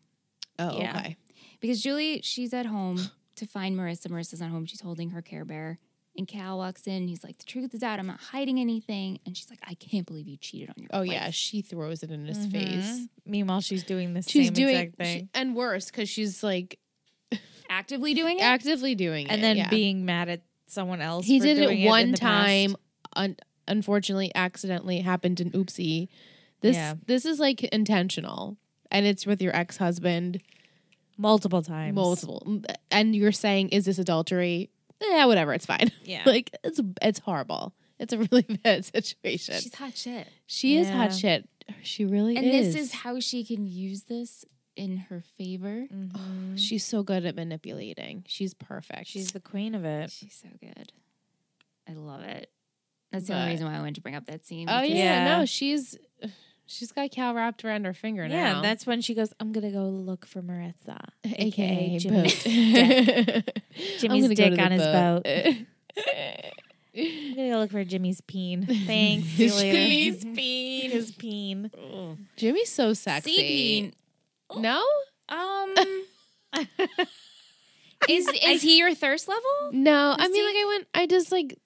S5: Oh,
S6: Yeah.
S5: okay.
S1: because Julie, she's at home to find Marissa. Marissa's not home. She's holding her Care Bear. And Cal walks in. He's like, The truth is out. I'm not hiding anything. And she's like, I can't believe you cheated on your
S5: Oh
S1: wife."
S5: yeah, she throws it in his face.
S6: Meanwhile, she's doing the
S5: She's
S6: same
S5: doing
S6: Mm-hmm. exact
S5: she-
S6: thing.
S5: and worse cuz she's like
S1: Actively doing it?
S5: actively doing it.
S6: and then
S5: yeah.
S6: being mad at someone else.
S5: he
S6: for
S5: did
S6: doing
S5: it
S6: in
S5: one
S6: the past.
S5: time un- unfortunately accidentally happened in oopsie. This
S6: Yeah.
S5: this is like intentional and it's with your ex-husband.
S6: multiple times.
S5: multiple and you're saying is this adultery yeah whatever it's fine
S6: Yeah.
S5: like it's it's horrible it's a really bad situation
S1: she's hot shit.
S5: she is
S6: Yeah.
S5: hot shit she really
S1: And
S5: is
S1: this is how she can use this in her favor.
S6: Mhm.
S5: she's so good at manipulating she's perfect
S6: She's the queen of it.
S1: She's so good. I love it. That's the only
S5: But-
S1: reason why I wanted to bring up that scene.
S5: oh
S1: because-
S5: yeah,
S6: Yeah.
S5: no she's she's got cal wrapped around her finger
S6: Yeah,
S5: now
S6: that's when she goes. I'm gonna go look for Maritza,
S5: aka,
S6: Jimmy's
S5: boat.
S6: dick.
S5: I'm
S6: Jimmy's
S5: gonna go
S6: dick
S5: to the
S6: on his I'm
S5: boat.
S6: gonna go look for Jimmy's peen. Thanks. see you later.
S5: Jimmy's
S6: peen. His peen.
S5: jimmy's so sexy
S1: Sabine,
S5: no
S1: Um, is is he your thirst level?
S5: No, I mean,
S1: see?
S5: like I went. I just like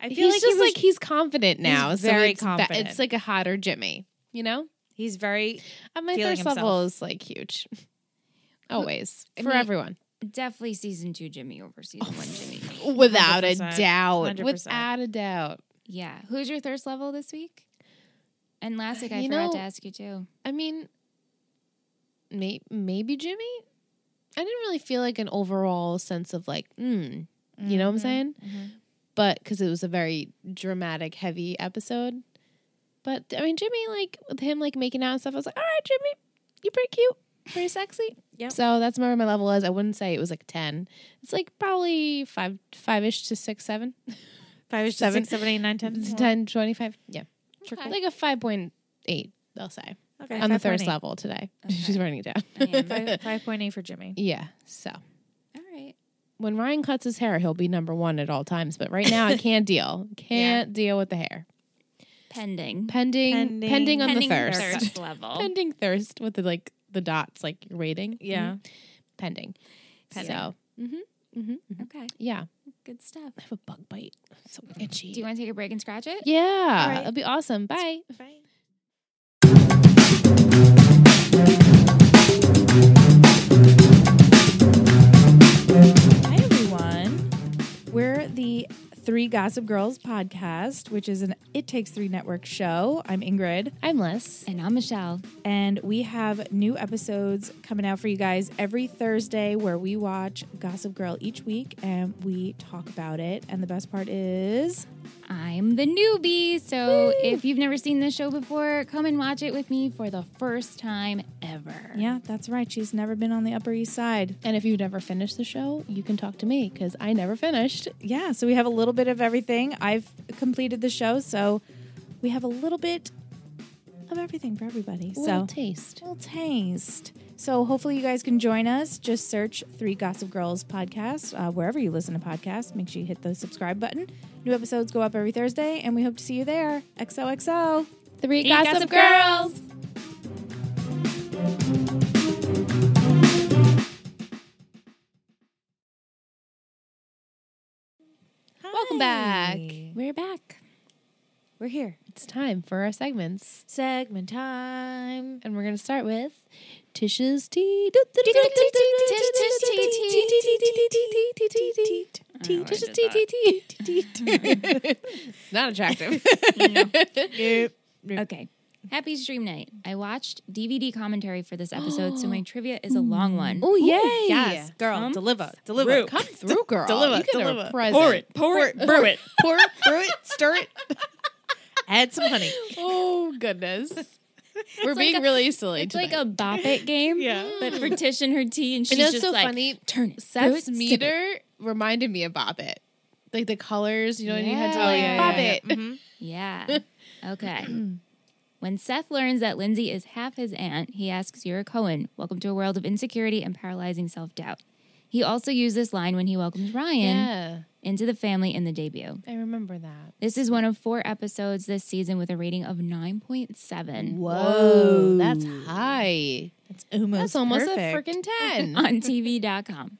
S6: I feel
S5: he's
S6: like
S5: just
S6: he was,
S5: like he's confident now. so
S6: very
S5: it's ba-
S6: confident.
S5: it's like a hotter Jimmy, you know.
S6: he's very.
S5: And Uh, my
S6: Feeling
S5: thirst
S6: himself.
S5: level is like huge. Always.
S1: I
S5: for
S1: mean-
S5: everyone.
S1: Definitely season two Jimmy over
S5: Oh,
S1: season one Jimmy.
S5: Without a
S6: 100%.
S5: doubt.
S6: 100%.
S5: Without a doubt.
S1: Yeah. Who's your thirst level this week? And last week I
S5: You
S1: forgot to
S5: know-
S1: ask you too.
S5: I mean, may- maybe Jimmy? I didn't really feel like an overall sense of like, mm, you know what I'm saying? But because it was a very dramatic, heavy episode. But I mean, Jimmy, like with him like making out and stuff, I was like, all right, Jimmy, you're pretty cute, pretty sexy.
S6: Yep.
S5: So that's where my level is. I wouldn't say it was like ten. It's like probably five, five ish to six, seven,
S6: Five is
S5: Seven.
S6: seven, seven, eight, nine, ten.
S5: ten, twenty-five. Yeah,
S1: Okay.
S5: like a five point eight. They'll say
S6: Okay,
S5: on the thirst
S6: 5.8.
S5: level today.
S1: Okay.
S5: She's running it down.
S1: I am.
S6: Five- 5.8 for Jimmy.
S5: Yeah. So
S1: All right.
S5: when Ryan cuts his hair, he'll be number one at all times. But right now, I can't deal. Can't deal with the hair.
S1: Pending.
S5: Pending, pending,
S6: Pending-
S5: on
S1: Pending
S5: the thirst.
S1: thirst level.
S5: Pending thirst with the like the dots, like you're waiting.
S6: Yeah.
S5: Mhm. Pending.
S1: Pending.
S5: So mm-hmm,
S1: Okay.
S5: yeah,
S1: Good stuff.
S5: I have a bug bite. It's so itchy.
S1: Do you want to take a break and scratch it?
S5: yeah,
S6: right.
S5: it'll be awesome. Bye.
S6: Bye. Hi, everyone. We're the Three Gossip Girls podcast, which is an It Takes Three Network show. I'm Ingrid,
S5: I'm Les.
S1: And I'm Michelle.
S6: and we have new episodes coming out for you guys every Thursday where we watch Gossip Girl each week and we talk about it. And the best part is
S1: I'm the newbie. So if you've never seen this show before, come and watch it with me for the first time ever.
S6: yeah, that's right. She's never been on the Upper East Side.
S5: And if you never finished the show, you can talk to me because I never finished.
S6: yeah, so we have a little bit of everything. I've completed the show, so we have a little bit of everything for everybody.
S5: Little
S6: So
S5: taste.
S6: little taste. So hopefully you guys can join us. Just search Three Gossip Girls podcast uh, wherever you listen to podcasts. Make sure you hit the subscribe button. New episodes go up every Thursday, and we hope to see you there. XOXO.
S5: Three,
S1: Gossip Girls.
S5: Welcome back.
S1: We're back.
S6: We're here.
S5: It's time for our segments.
S6: Segment time.
S5: And we're going to start with Tish's tea. Tish's tea, tea, tea. It's Not attractive.
S1: Okay. Happy stream night. I watched DVD commentary for this episode, so my trivia is a long one.
S5: Oh, yay.
S6: Yes, girl, deliver, deliver.
S5: Come through, girl.
S6: deliver,
S5: you get
S6: deliver.
S5: A present.
S6: Pour it, pour it, brew it, pour it, brew it, stir it. Add some honey.
S5: Oh, goodness. We're being
S1: like a-
S5: really silly
S1: It's
S5: tonight.
S1: like a bop it game, yeah. but for Tish and her tea, and she's
S5: that's
S1: just
S5: so
S1: like,
S5: funny.
S1: turn it, brew it,
S5: Seth's
S1: sip it."
S5: meter reminded me of Bob It. Like the colors, you know, what you had to
S1: Yeah.
S5: like Mm-hmm.
S1: Oh, yeah,
S5: Bob
S1: yeah,
S5: It.
S1: Yeah. Okay. when Seth learns that Lindsay is half his aunt, he asks Yura Cohen, Welcome to a world of insecurity and paralyzing self doubt. He also used this line when he welcomes Ryan
S5: Yeah,
S1: into the family in the debut.
S5: I remember that.
S1: This is one of four episodes this season with a rating of 9.7
S5: Whoa, that's high.
S6: It's almost
S5: That's almost
S6: perfect.
S5: a freaking 10.
S1: on TV.com.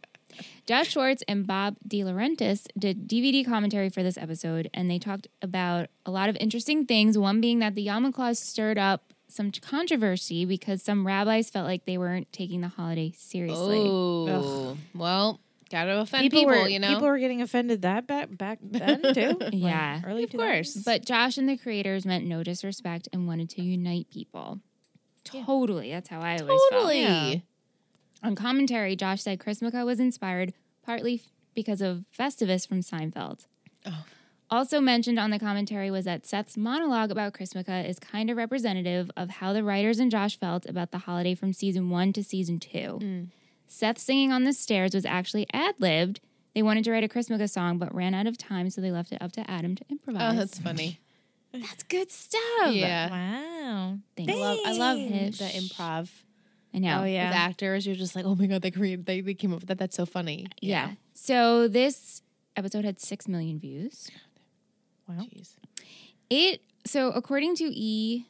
S1: Josh Schwartz and Bob DeLaurentis did DVD commentary for this episode, and they talked about a lot of interesting things. One being that the Yama Clause stirred up some controversy because some rabbis felt like they weren't taking the holiday seriously.
S5: Oh, well, gotta offend people,
S6: people, were
S5: you know?
S6: people were getting offended that back back then too. Like,
S1: Yeah.
S6: early
S5: of course.
S6: 2000s.
S1: But Josh and the creators meant no disrespect and wanted to unite people. Totally. That's how I always felt.
S5: totally.
S6: Yeah.
S1: On commentary, Josh said Chrismica was inspired partly f- because of Festivus from Seinfeld.
S5: Oh.
S1: Also mentioned on the commentary was that Seth's monologue about Chrismica is kind of representative of how the writers and Josh felt about the holiday from season one to season two.
S5: Mm.
S1: Seth singing on the stairs was actually ad libbed. They wanted to write a Chrismica song but ran out of time, so they left it up to Adam to improvise.
S5: Oh, that's funny.
S1: That's good stuff.
S5: Yeah.
S6: wow,
S1: Thanks.
S5: I love
S1: Thanks.
S5: the improv
S1: I know.
S6: oh
S5: yeah.
S6: yeah,
S5: with actors. You're just like, oh my God, they, created, they, they came up with that. That's so funny.
S1: Yeah. So this episode had 6 million views.
S6: wow.
S5: Jeez.
S1: It so according to E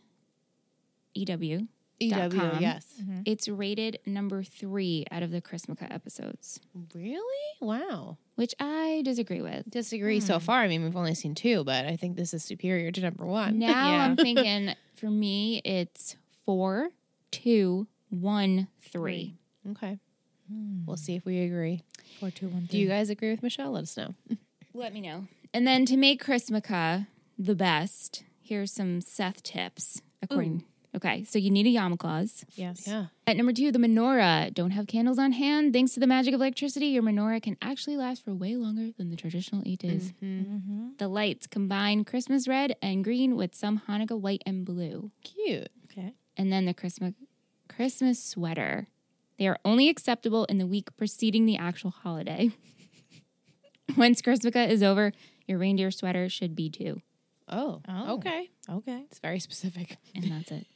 S1: EW, Dot
S5: EW,
S1: com.
S5: E yes.
S1: it's rated number 3 out of the Chrismica episodes,
S5: Really? Wow. Hmm.
S1: which I disagree with.
S5: Disagree so far. I mean, we've only seen two, but I think this is superior to number one.
S1: Now
S6: Yeah.
S1: I'm thinking for me it's four, two, one, three.
S5: Okay. We'll see if we agree.
S6: Four, two, one,
S5: Do you guys agree with Michelle? Let us know.
S1: Let me know. And then to make Chrismica the best, here's some Seth tips. According, okay, so you need a Yamaclaws.
S6: Yes.
S5: Yeah.
S1: At number two, the menorah. Don't have candles on hand. Thanks to the magic of electricity, your menorah can actually last for way longer than the traditional eight days.
S5: Mm-hmm.
S1: The lights combine Christmas red and green with some Hanukkah white and blue.
S5: Cute.
S6: Okay.
S1: And then the Christmas Christmas sweater. They are only acceptable in the week preceding the actual holiday. Once Chrismica is over, your reindeer sweater should be due.
S5: Oh,
S6: Oh.
S5: okay.
S6: Okay.
S5: It's very specific.
S1: And that's it.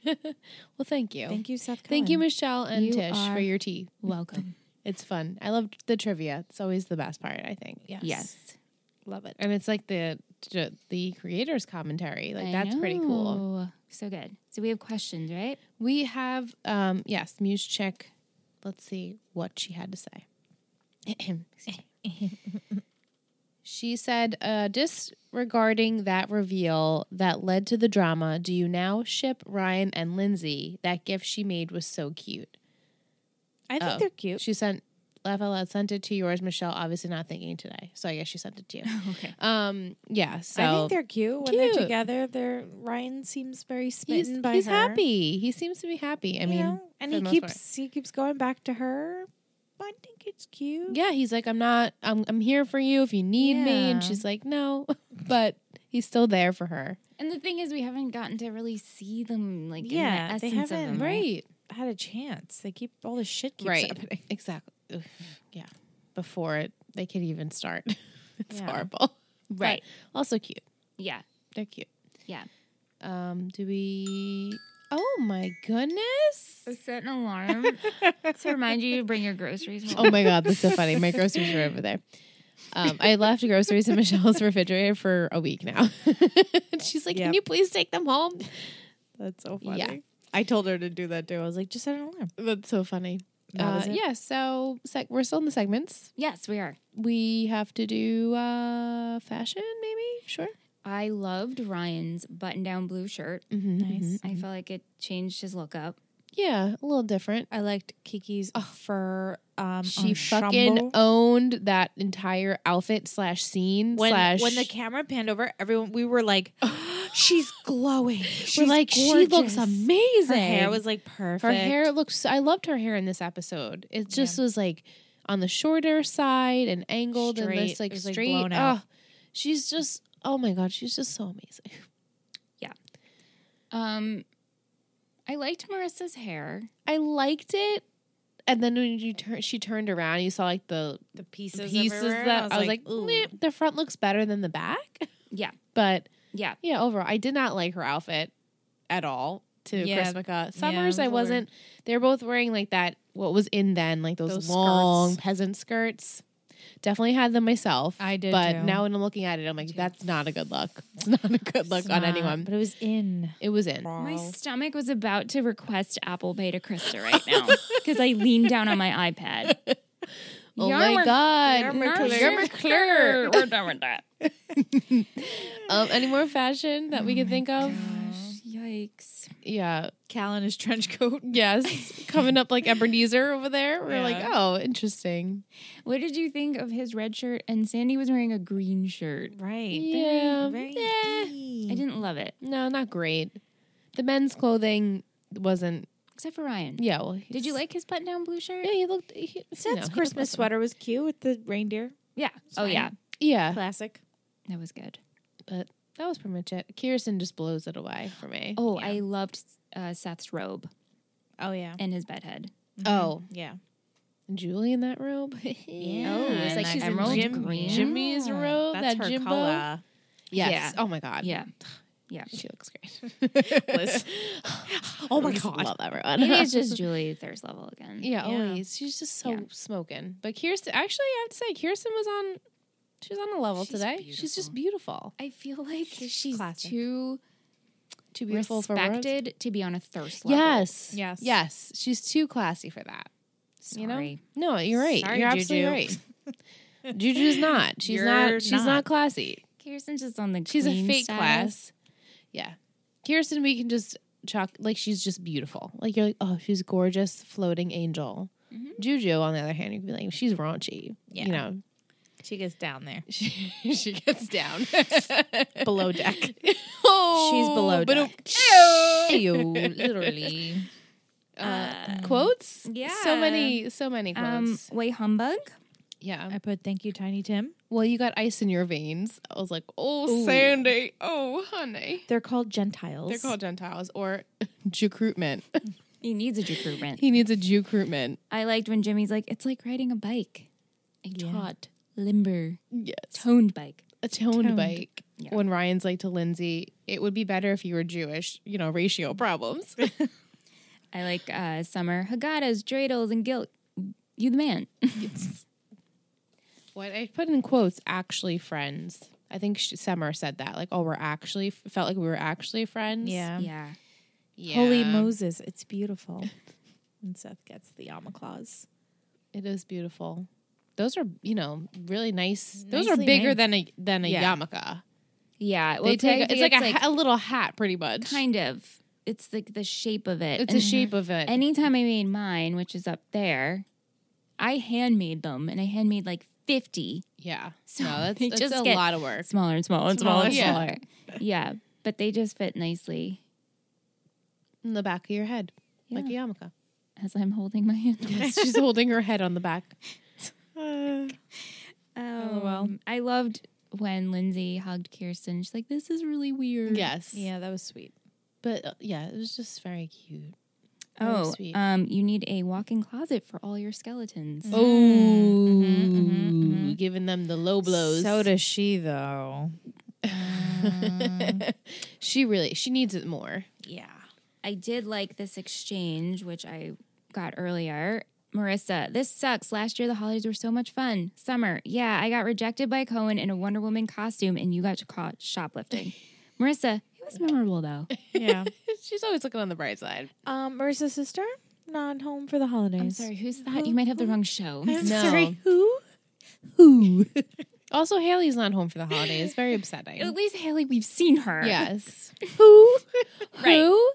S5: Well, thank you.
S6: Thank you, Seth.
S5: Thank you, Michelle and
S1: You
S5: Tish,
S1: are-
S5: for your tea.
S1: Welcome.
S5: It's fun. I love the trivia. It's always the best part, I think.
S6: Yes.
S1: yes.
S5: Love it. And it's like the the creator's commentary. Like that's pretty cool.
S1: know. So good. So we have questions, right?
S5: We have, um, yes, Muse check. Let's see what she had to say. Excuse me. she said, uh, disregarding that reveal that led to the drama, do you now ship Ryan and Lindsay? That gift she made was so cute.
S6: I think
S5: Oh.
S6: they're cute.
S5: She sent, laugh out loud, sent it to yours, Michelle. Obviously not thinking today. So I guess she sent it to you. okay. Um, yeah. So
S6: I think they're cute. When
S5: Cute.
S6: they're together, they're Ryan seems very
S5: he's,
S6: smitten by
S5: he's
S6: her.
S5: happy. He seems to be happy. I
S6: you
S5: mean,
S6: know? and
S5: for
S6: he
S5: the most
S6: keeps
S5: part.
S6: he keeps going back to her. But I think it's cute.
S5: Yeah, he's like, I'm not, I'm, I'm here for you if you need me.
S6: Yeah.
S5: And she's like, no, but he's still there for her.
S1: And the thing is, we haven't gotten to really see them, like
S6: Yeah,
S1: in the
S6: they
S1: essence of
S6: haven't,
S1: them, right?
S6: Had a chance. They keep all this shit Mm-hmm. keeps
S5: Right.
S6: happening.
S5: Exactly. Oof. Yeah. Before it, they could even start. it's
S6: Yeah.
S5: horrible. But
S1: Right.
S5: also cute.
S1: Yeah,
S5: They're cute.
S1: yeah.
S5: Um, do we, oh my goodness.
S1: I set an alarm to remind you to bring your groceries. Home.
S5: Oh my God, that's so funny. My groceries are over there. Um, I left groceries in Michelle's refrigerator for a week now. she's like, can
S6: Yep.
S5: you please take them home?
S6: That's so funny.
S5: Yeah.
S6: I told her to do that too. I was like, just set an alarm.
S5: That's so funny.
S6: That
S5: Uh,
S6: was it?
S5: yeah, so sec- we're still in the segments.
S1: Yes, we are.
S5: We have to do uh, fashion, maybe? Sure.
S1: I loved Ryan's button-down blue shirt.
S5: Mm-hmm.
S6: Nice.
S1: I felt like it changed his look up.
S5: Yeah, a little different.
S6: I liked Kiki's fur. Um,
S5: She
S6: ensemble.
S5: fucking owned that entire outfit slash scene
S6: when
S5: slash.
S6: when the camera panned over, everyone we were like, she's glowing.
S5: we're
S6: She's
S5: like, she looks
S6: gorgeous."
S5: amazing.
S6: Her hair was like perfect.
S5: Her hair looks. I loved her hair in this episode. It just was like on the shorter side and angled and
S6: Straight.
S5: this like
S6: It was, like,
S5: straight.
S6: blown out.
S5: Oh, she's just. Oh my god, she's just so amazing.
S1: Um, I liked Marissa's hair.
S5: I liked it. And then when you turn, she turned around. You saw like the
S6: the pieces,
S5: pieces
S6: everywhere.
S5: that I was like,
S6: "Ooh."
S5: "Meh, the front looks better than the back.
S1: Yeah,
S5: But
S1: yeah.
S5: yeah, overall, I did not like her outfit at all to
S6: Yeah.
S5: Chrismica.
S6: it
S5: Summers,
S6: was
S5: I
S6: weird.
S5: wasn't. They were both wearing like that. What was in then, like those,
S6: Those
S5: long
S6: skirts.
S5: peasant skirts. Definitely had them myself.
S6: I did
S5: but
S6: too.
S5: now when I'm looking at it, I'm like, that's not a good look. It's not a good look
S6: It's
S5: on
S6: not,
S5: anyone.
S6: but it was in.
S5: It was in.
S1: My stomach was about to request Apple Pay to Krista right now because I leaned down on my iPad.
S5: Oh
S1: Yarmulke.
S5: my god,
S1: Yarmulke.
S5: Yarmulke.
S1: We're done with that.
S5: Um, any more fashion that
S6: Oh
S5: we could think of?
S1: Yikes.
S5: Yeah.
S6: Cal in his trench coat.
S5: Yes, coming up like Ebenezer over there. We're like,
S6: Yeah.
S5: oh, interesting.
S1: What did you think of his red shirt? And Sandy was wearing a green shirt.
S6: Right.
S5: Yeah,
S6: Very
S5: Eh,
S1: I didn't love it,
S5: no, not great. The men's clothing wasn't.
S1: except for Ryan.
S5: Yeah, well,
S1: Did you
S5: he's-
S1: like his button-down blue shirt?
S5: Yeah, he looked. He, you know,
S6: Seth's
S5: he
S6: Christmas
S5: looked
S6: sweater was cute with the reindeer.
S1: Yeah. Oh yeah,
S5: awesome. Yeah,
S6: Classic.
S1: that was good.
S5: but that was pretty much it. Kirsten just blows it away for me.
S1: Oh, I loved uh, Seth's robe
S6: Oh yeah.
S1: and his bedhead.
S5: oh,
S6: Yeah.
S5: Julie in that robe.
S6: Yeah.
S1: Oh, it's
S6: and
S1: like
S6: that
S1: she's in
S6: emerald
S1: Jim-
S6: green.
S5: Jimmy's robe.
S6: That's
S5: that
S6: her
S5: Jimbo.
S6: color.
S5: Yes.
S1: Yeah.
S5: Oh my god.
S1: Yeah, Uh, yeah.
S5: She looks great. oh my god, love everyone.
S1: Maybe it's just Julie thirst level again.
S5: Yeah,
S6: Yeah.
S5: always. She's just so
S1: Yeah.
S5: smoking. But Kirsten, actually, I have to say, Kirsten was on. She was on a level
S1: She's
S5: today. She's just beautiful.
S1: I feel like she's
S6: classic.
S1: too
S5: Too beautiful for
S1: respected to be on a thirst level.
S5: words.
S6: Yes.
S5: Yes. Yes. She's too classy for that.
S1: Sorry.
S5: You know? No, you're right.
S6: Sorry,
S5: you're absolutely
S6: Juju.
S5: right. Juju's not. She's
S6: You're
S5: not. She's not,
S6: not.
S5: classy.
S1: Kirsten's just on the.
S5: She's a
S1: queen
S5: fake
S1: status.
S5: class. Yeah. Kirsten, we can just chalk like she's just beautiful. Like you're like, oh, she's gorgeous, floating angel. Juju, on the other hand, you can be like, she's raunchy.
S6: Yeah.
S5: You know,
S6: She gets down there.
S5: she, she gets down.
S6: Below deck.
S5: oh,
S6: She's below
S5: but-
S6: deck. Ew, literally.
S5: Uh, quotes?
S1: yeah.
S5: So many, so many quotes.
S1: Um, way humbug.
S5: yeah.
S6: I put thank you, Tiny Tim.
S5: Well, you got ice in your veins. I was like, oh,
S6: Ooh.
S5: Sandy. Oh, honey.
S6: They're called Gentiles.
S5: They're called Gentiles or Jucruitment.
S1: He needs a Juku rent.
S5: he needs a Jucruitment.
S1: I liked when Jimmy's like, it's like riding a bike, a
S6: Yeah.
S1: taut, limber,
S5: Yes.
S1: toned bike.
S5: A toned, bike.
S1: Yeah.
S5: When Ryan's like to Lindsay, it would be better if you were Jewish, you know, ratio problems.
S1: I like uh, summer Hagadas, dreidels, and guilt. You the man.
S5: what I put in quotes, actually friends. I think Sh- Summer said that. Like, oh, we're actually, felt like we were actually friends.
S6: Yeah.
S1: yeah.
S5: yeah.
S6: Holy Moses, it's beautiful. and Seth gets the Alma Claus.
S5: It is beautiful. Those are, you know, really nice. Those are
S6: Nicely
S5: bigger
S6: made.
S5: than a than a
S6: Yeah.
S5: yarmulke.
S1: Yeah. Well,
S5: They take
S1: technically
S5: it's like,
S1: it's
S5: a,
S1: like
S5: ha- a little hat, pretty much.
S1: kind of. It's like the shape of it.
S5: it's
S1: And
S5: a shape of it.
S1: Anytime I made mine, which is up there, I handmade them and I handmade like 50
S5: yeah,
S1: So
S5: no, that's,
S1: they
S5: that's
S1: just
S5: a
S1: get-
S5: lot of work.
S1: smaller and smaller and smaller and
S5: Smaller,
S1: smaller. Yeah. But they just fit nicely
S5: In the back of your head, like a yarmulke.
S1: as I'm holding my hand.
S5: Yes, she's holding her head on the back.
S1: Oh, well. I loved when Lindsay hugged Kirsten. She's like, this is really weird.
S5: Yes,
S6: that was sweet.
S5: but uh, yeah, it was just very cute. Very
S1: Oh,
S5: sweet.
S1: um, you need a walk-in closet for all your skeletons.
S5: oh, giving them the low blows.
S6: So does she, though.
S5: she really she needs it more.
S6: Yeah.
S1: I did like this exchange, which I got earlier. Marissa, this sucks. Last year, the holidays were so much fun. Summer, yeah, I got rejected by Cohen in a Wonder Woman costume, and you got caught shoplifting. Marissa, it was memorable though.
S6: Yeah.
S5: she's always looking on the bright side.
S6: um, Marissa's sister, not home for the holidays.
S1: I'm sorry, who's that? You might have the wrong show.
S6: I'm
S5: No.
S6: sorry. Who? Who?
S5: Also, Haley's not home for the holidays. Very upsetting.
S1: At least Haley, we've seen her.
S5: Yes.
S6: Who?
S5: Who?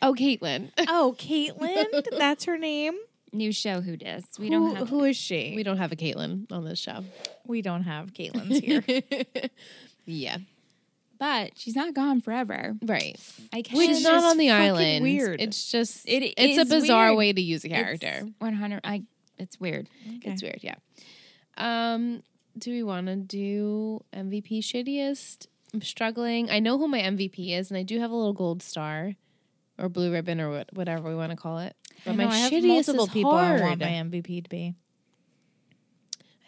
S5: Oh, Caitlin.
S6: Oh, Caitlin. That's her name.
S1: New show, who dis? We don't
S6: Who-
S1: have.
S6: who is she?
S5: We don't have a Caitlin on this show.
S6: we don't have Caitlins here.
S5: yeah.
S1: But she's not gone forever.
S5: Right.
S1: I can
S5: Which
S6: is
S5: is not
S6: just
S5: on the
S6: fucking
S5: island.
S6: weird.
S5: It's just
S1: It
S5: it's a
S1: is
S5: bizarre
S1: weird.
S5: way to use a character.
S1: One hundred. I. It's weird.
S5: It's, weird, yeah. Um, do we wanna do MVP shittiest? I'm struggling. I know who my MVP is, and I do have a little gold star or blue ribbon or what, whatever we want to call it. But my
S6: I have
S5: shittiest
S6: multiple
S5: is
S6: people
S5: hard.
S6: I want my MVP to be.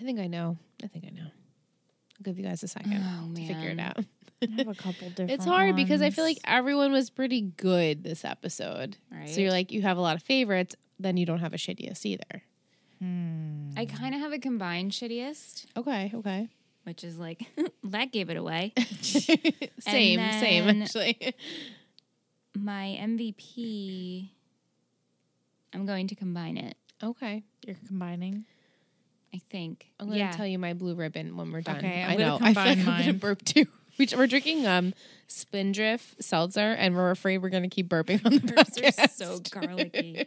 S5: I think I know. I think I know. I'll give you guys a second
S1: Oh,
S5: to figure it
S1: man.
S5: out.
S6: I have a couple different.
S5: It's hard because I feel
S6: ones.
S5: like everyone was pretty good this episode. So you're
S1: Right.
S5: like, you have a lot of favorites, then you don't have a shittiest either.
S1: I kind of have a combined shittiest,
S5: Okay, okay.
S1: which is like that gave it away.
S5: same, same,
S1: then-
S5: actually.
S1: my MVP. I'm going to combine it.
S5: okay.
S6: you're combining.
S1: I think.
S5: I'm going to
S1: yeah.
S5: tell you my blue ribbon when we're done.
S6: Okay, I'm
S5: I
S6: gonna
S5: know. I feel like
S6: combine
S5: I'm going
S6: mine.
S5: to burp too. We- We're drinking um, Spindrift seltzer, and we're afraid we're going to keep burping on the
S1: Burps are
S5: podcast.
S1: so garlicky.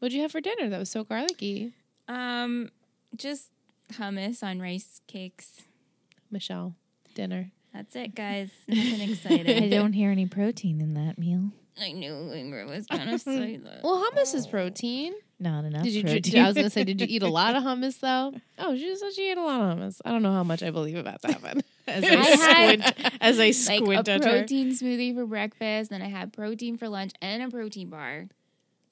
S5: What'd you have for dinner that was so garlicky,
S1: um, just hummus on rice cakes.
S5: Michelle? Dinner.
S1: That's it, guys. Nothing
S6: I
S1: exciting.
S6: don't hear any protein in that meal.
S1: I knew Ingrid was gonna say that.
S5: Well, hummus is protein.
S6: Not enough.
S5: Did you?
S6: protein.
S5: did- I was gonna say, did you eat a lot of hummus though? Oh, she said she ate a lot of hummus. I don't know how much I believe about that one.
S6: as
S1: I had,
S6: as I
S1: Like a protein smoothie for breakfast, then I had protein for lunch and a protein bar.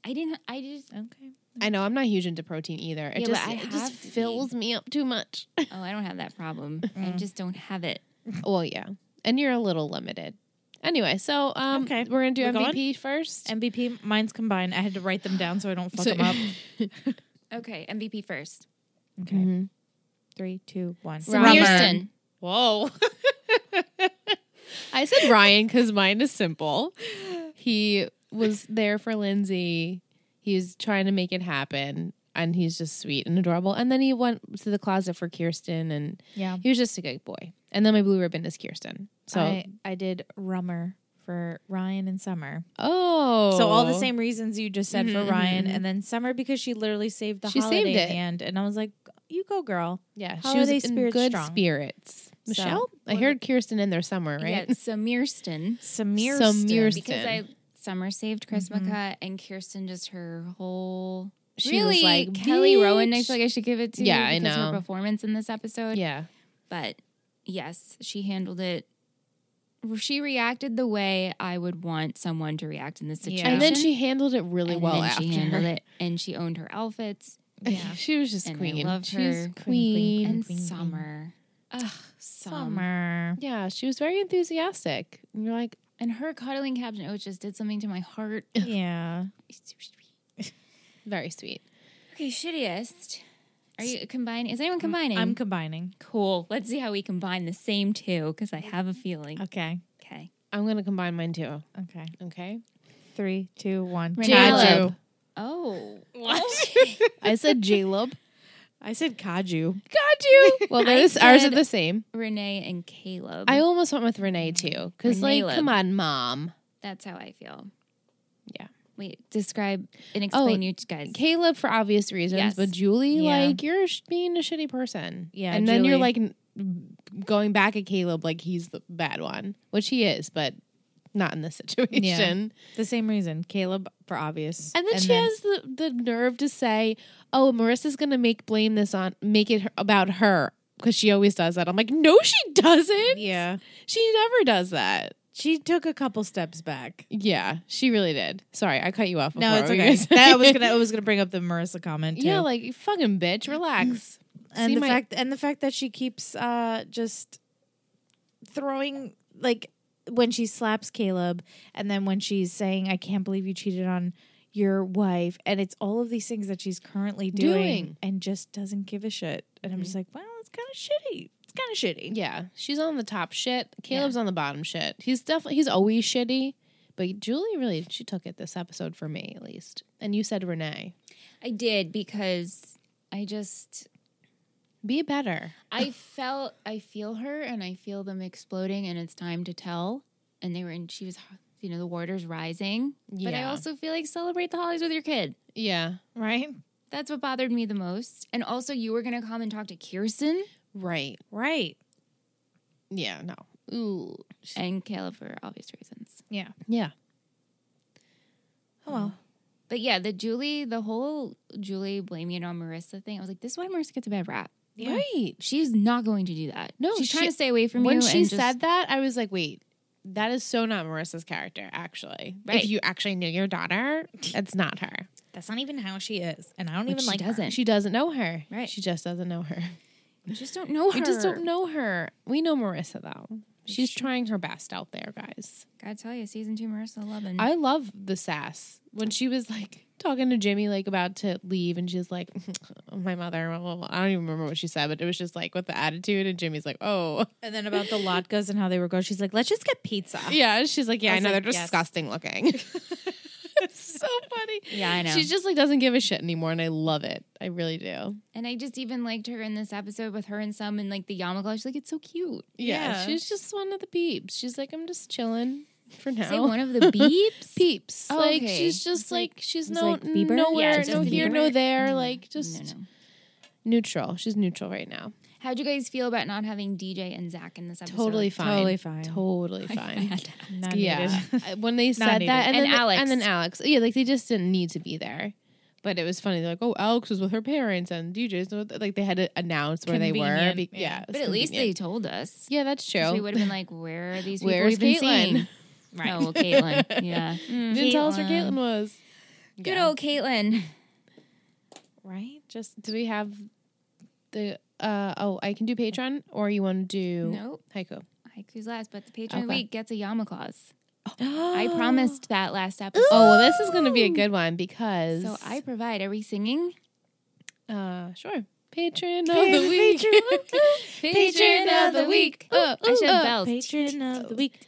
S1: I didn't. I just.
S6: Okay.
S5: I know I'm not huge into protein either. It
S1: Yeah, but
S5: just
S1: I
S5: it just
S1: have to
S5: fills me up too much.
S1: Oh, I don't have that problem. I just don't have it.
S5: well, yeah, and you're a little limited. Anyway, so um,
S6: Okay.
S5: we're gonna do
S6: We're
S5: MVP first.
S6: MVP. Mine's combined. I had to write them down so I don't fuck
S5: So-
S6: them up.
S1: Okay, MVP first.
S6: Okay.
S5: Mm-hmm.
S6: Three, two, one.
S5: Rubber.
S1: Kirsten.
S5: Whoa. I said Ryan because mine is simple. He was there for Lindsay. He was trying to make it happen. And he's just sweet and adorable. And then he went to the closet for Kirsten and
S6: Yeah.
S5: he was just a good boy. And then my blue ribbon is Kirsten. So
S6: I, I did rummer for Ryan and Summer.
S5: Oh,
S6: So all the same reasons you just said for Ryan and then Summer because she literally saved the
S5: She saved
S6: holiday
S5: it.
S6: hand. And I was like, you go, girl.
S5: Yeah,
S6: Holiday
S5: she was in
S6: spirit's
S5: good
S6: strong.
S5: spirits. Michelle, I
S1: Well,
S5: heard Kirsten in there somewhere,
S1: Yeah,
S5: right?
S1: Samirston.
S6: Samir.
S5: Samir-
S1: Because I summer saved Chrismica and Kirsten just her whole
S5: She was
S1: really
S5: like,
S1: Kelly Rowan. I
S5: "Bitch."
S1: feel like I should give it to
S5: Yeah, I
S1: because
S5: know.
S1: her performance in this episode.
S5: Yeah,
S1: But yes, she handled it. She reacted the way I would want someone to react in this
S6: Yeah.
S1: situation.
S5: and then she handled it really
S1: And
S5: well
S1: then
S5: after.
S1: she handled it, and she owned her outfits
S5: Yeah. she was just
S1: And I
S5: queen.
S1: loved
S5: she was
S1: her.
S5: queen.
S6: Queen,
S1: and
S6: queen, queen.
S1: summer. Ugh, Sum.
S6: Summer.
S5: Yeah, she was very enthusiastic. And you're like,
S1: And her cuddling captain oath just did something to my heart.
S6: Yeah.
S5: very sweet.
S1: Okay, shittiest. Are you combining? Is anyone combining?
S6: I'm combining.
S1: cool. Let's see how we combine the same two because I have a feeling.
S6: Okay.
S1: Okay.
S5: I'm gonna combine mine too.
S6: Okay.
S5: Okay,
S6: Three, two, one.
S1: Caleb.
S6: Kaju.
S1: Oh.
S5: I said Jaleb.
S6: I said Kaju.
S5: Well,
S1: I
S5: those ours are
S1: said-
S5: the same.
S1: Renee and Caleb.
S5: I almost went with Renee too, because
S1: Renee
S5: like,
S1: Lib.
S5: come on, mom.
S1: That's how I feel.
S5: Yeah.
S1: Wait, describe and explain you guys.
S5: Caleb for obvious reasons,
S1: Yes.
S5: but Julie,
S6: Yeah.
S5: like you're sh- being a shitty person.
S6: Yeah,
S5: and then you're
S6: Julie.
S5: like n- going back at Caleb like he's the bad one, which he is, but not in this situation.
S6: The same reason. Caleb for obvious.
S5: And then she has the, the nerve to say, "Oh, Marissa's gonna make blame this on make it her- about her." Because she always does that. I'm like, no, she doesn't.
S6: Yeah.
S5: She never does that.
S6: She took a couple steps back.
S5: Yeah, she really did. Sorry, I cut you off.
S6: No,
S5: before.
S6: it's
S5: What were
S6: okay.
S5: you gonna
S6: That I was
S5: say?
S6: gonna I was gonna bring up the Marissa comment too. Mm.
S5: yeah, like you fucking bitch, relax.
S6: and
S5: See
S6: the
S5: my-
S6: fact and the fact that she keeps uh just throwing like when she slaps Caleb and then when she's saying I can't believe you cheated on your wife and it's all of these things that she's currently doing,
S5: Doing.
S6: and just doesn't give a shit and I'm just like well it's kind of shitty it's kind of shitty
S5: Yeah, she's on the top shit. Caleb's on the bottom shit. He's definitely he's always shitty, but Julie really she took it this episode for me at least. And you said Renee,
S1: I did because I just
S5: be better.
S1: I felt I feel her and I feel them exploding and it's time to tell. And they were in she was you know, the waters rising. But I
S5: Yeah.
S1: also feel like celebrate the holidays with your kid.
S5: Yeah,
S6: right
S1: That's what bothered me the most. And also you were gonna come and talk to Kirsten
S5: right.
S6: right
S5: Yeah, no. Ooh,
S1: and Caleb for obvious reasons.
S6: yeah
S5: yeah.
S6: oh well
S1: But yeah, the Julie, the whole Julie blaming it on Marissa thing, I was like, this is why Marissa gets a bad rap.
S6: Yeah.
S5: Right.
S1: She's not going to do that.
S5: No,
S1: she's trying
S5: she-
S1: to stay away from
S5: when
S1: you.
S5: she
S1: and just-
S5: said that, I was like, wait, that is so not Marissa's character. Actually, if
S1: Right.
S5: you actually knew your daughter, that's not her.
S6: that's not even how she is and I don't
S1: Which
S6: even
S1: she
S6: like her.
S1: doesn't.
S5: She doesn't know her.
S1: Right.
S5: She just doesn't know her.
S1: you just don't know her.
S5: We just don't know her. We know Marissa though. She's trying her best out there, guys.
S1: Gotta tell you, season two, Marissa Lovin.
S5: I love the sass when she was like talking to Jimmy, like about to leave, and she's like, "My mother." Blah, blah, blah. I don't even remember what she said, but it was just like with the attitude, and Jimmy's like, "Oh,
S6: and then about the latkes and how they were going she's like let's just get pizza
S5: yeah." and She's like, "Yeah, I,
S6: I was
S5: know
S6: like,
S5: they're
S6: yes.
S5: disgusting looking." It's so funny.
S1: Yeah, I know.
S5: She just like doesn't give a shit anymore, and I love it. I really do.
S1: and I just even liked her in this episode with her and some and like the yarmulke. She's like, it's so cute.
S5: Yeah,
S6: Yeah.
S5: she's just one of the peeps. She's like, "I'm just chilling for now."
S1: Say one of the beeps.
S5: peeps.
S1: Oh,
S5: like
S1: okay.
S5: she's just like, she's
S6: it's
S5: no
S6: like Bieber?
S5: nowhere,
S1: Yeah, it's
S5: no
S1: just
S5: here,
S1: Bieber.
S5: no there.
S1: No,
S5: like
S1: no,
S5: just
S1: no.
S5: neutral. She's neutral right now.
S1: How'd you guys feel about not having DJ and Zach in this episode?
S5: Totally fine.
S6: totally fine.
S5: Totally fine.
S1: Bad.
S6: Not
S5: yeah.
S6: needed.
S5: I- when they said
S6: needed.
S5: that, and,
S1: And
S5: then
S1: Alex.
S5: and then Alex, yeah, like they just didn't need to be there. But it was funny. They're like, oh, Alex was with her parents, and DJ's with, like they had to announce where they were.
S6: Convenient,
S5: Be-
S6: yeah.
S5: yeah, it was
S1: But at least they
S5: convenient.
S1: told us.
S5: Yeah, that's true.
S1: So we would have been like, where are these people we've
S5: Where's
S1: been
S5: Caitlyn?
S1: seeing?
S6: Right.
S1: Oh, well, Caitlyn. Yeah. Mm,
S5: didn't tell us where
S6: Caitlyn.
S5: Caitlin was.
S1: Good
S5: Yeah.
S1: old Caitlyn.
S6: right just
S5: Do we have the? uh Oh, I can do Patreon, or you want to do
S1: Nope.
S5: haiku?
S1: Haiku's last, but the patron of the
S5: Okay.
S1: week gets a Yama clause. I
S6: "Oh,
S1: promised that last episode.
S5: Oh well, this is going to be a good one because
S1: So I provide. Are we singing?
S5: uh sure patron of the week,
S1: Patron of the week.
S5: Uh,
S1: I should have bells.
S6: patron of the week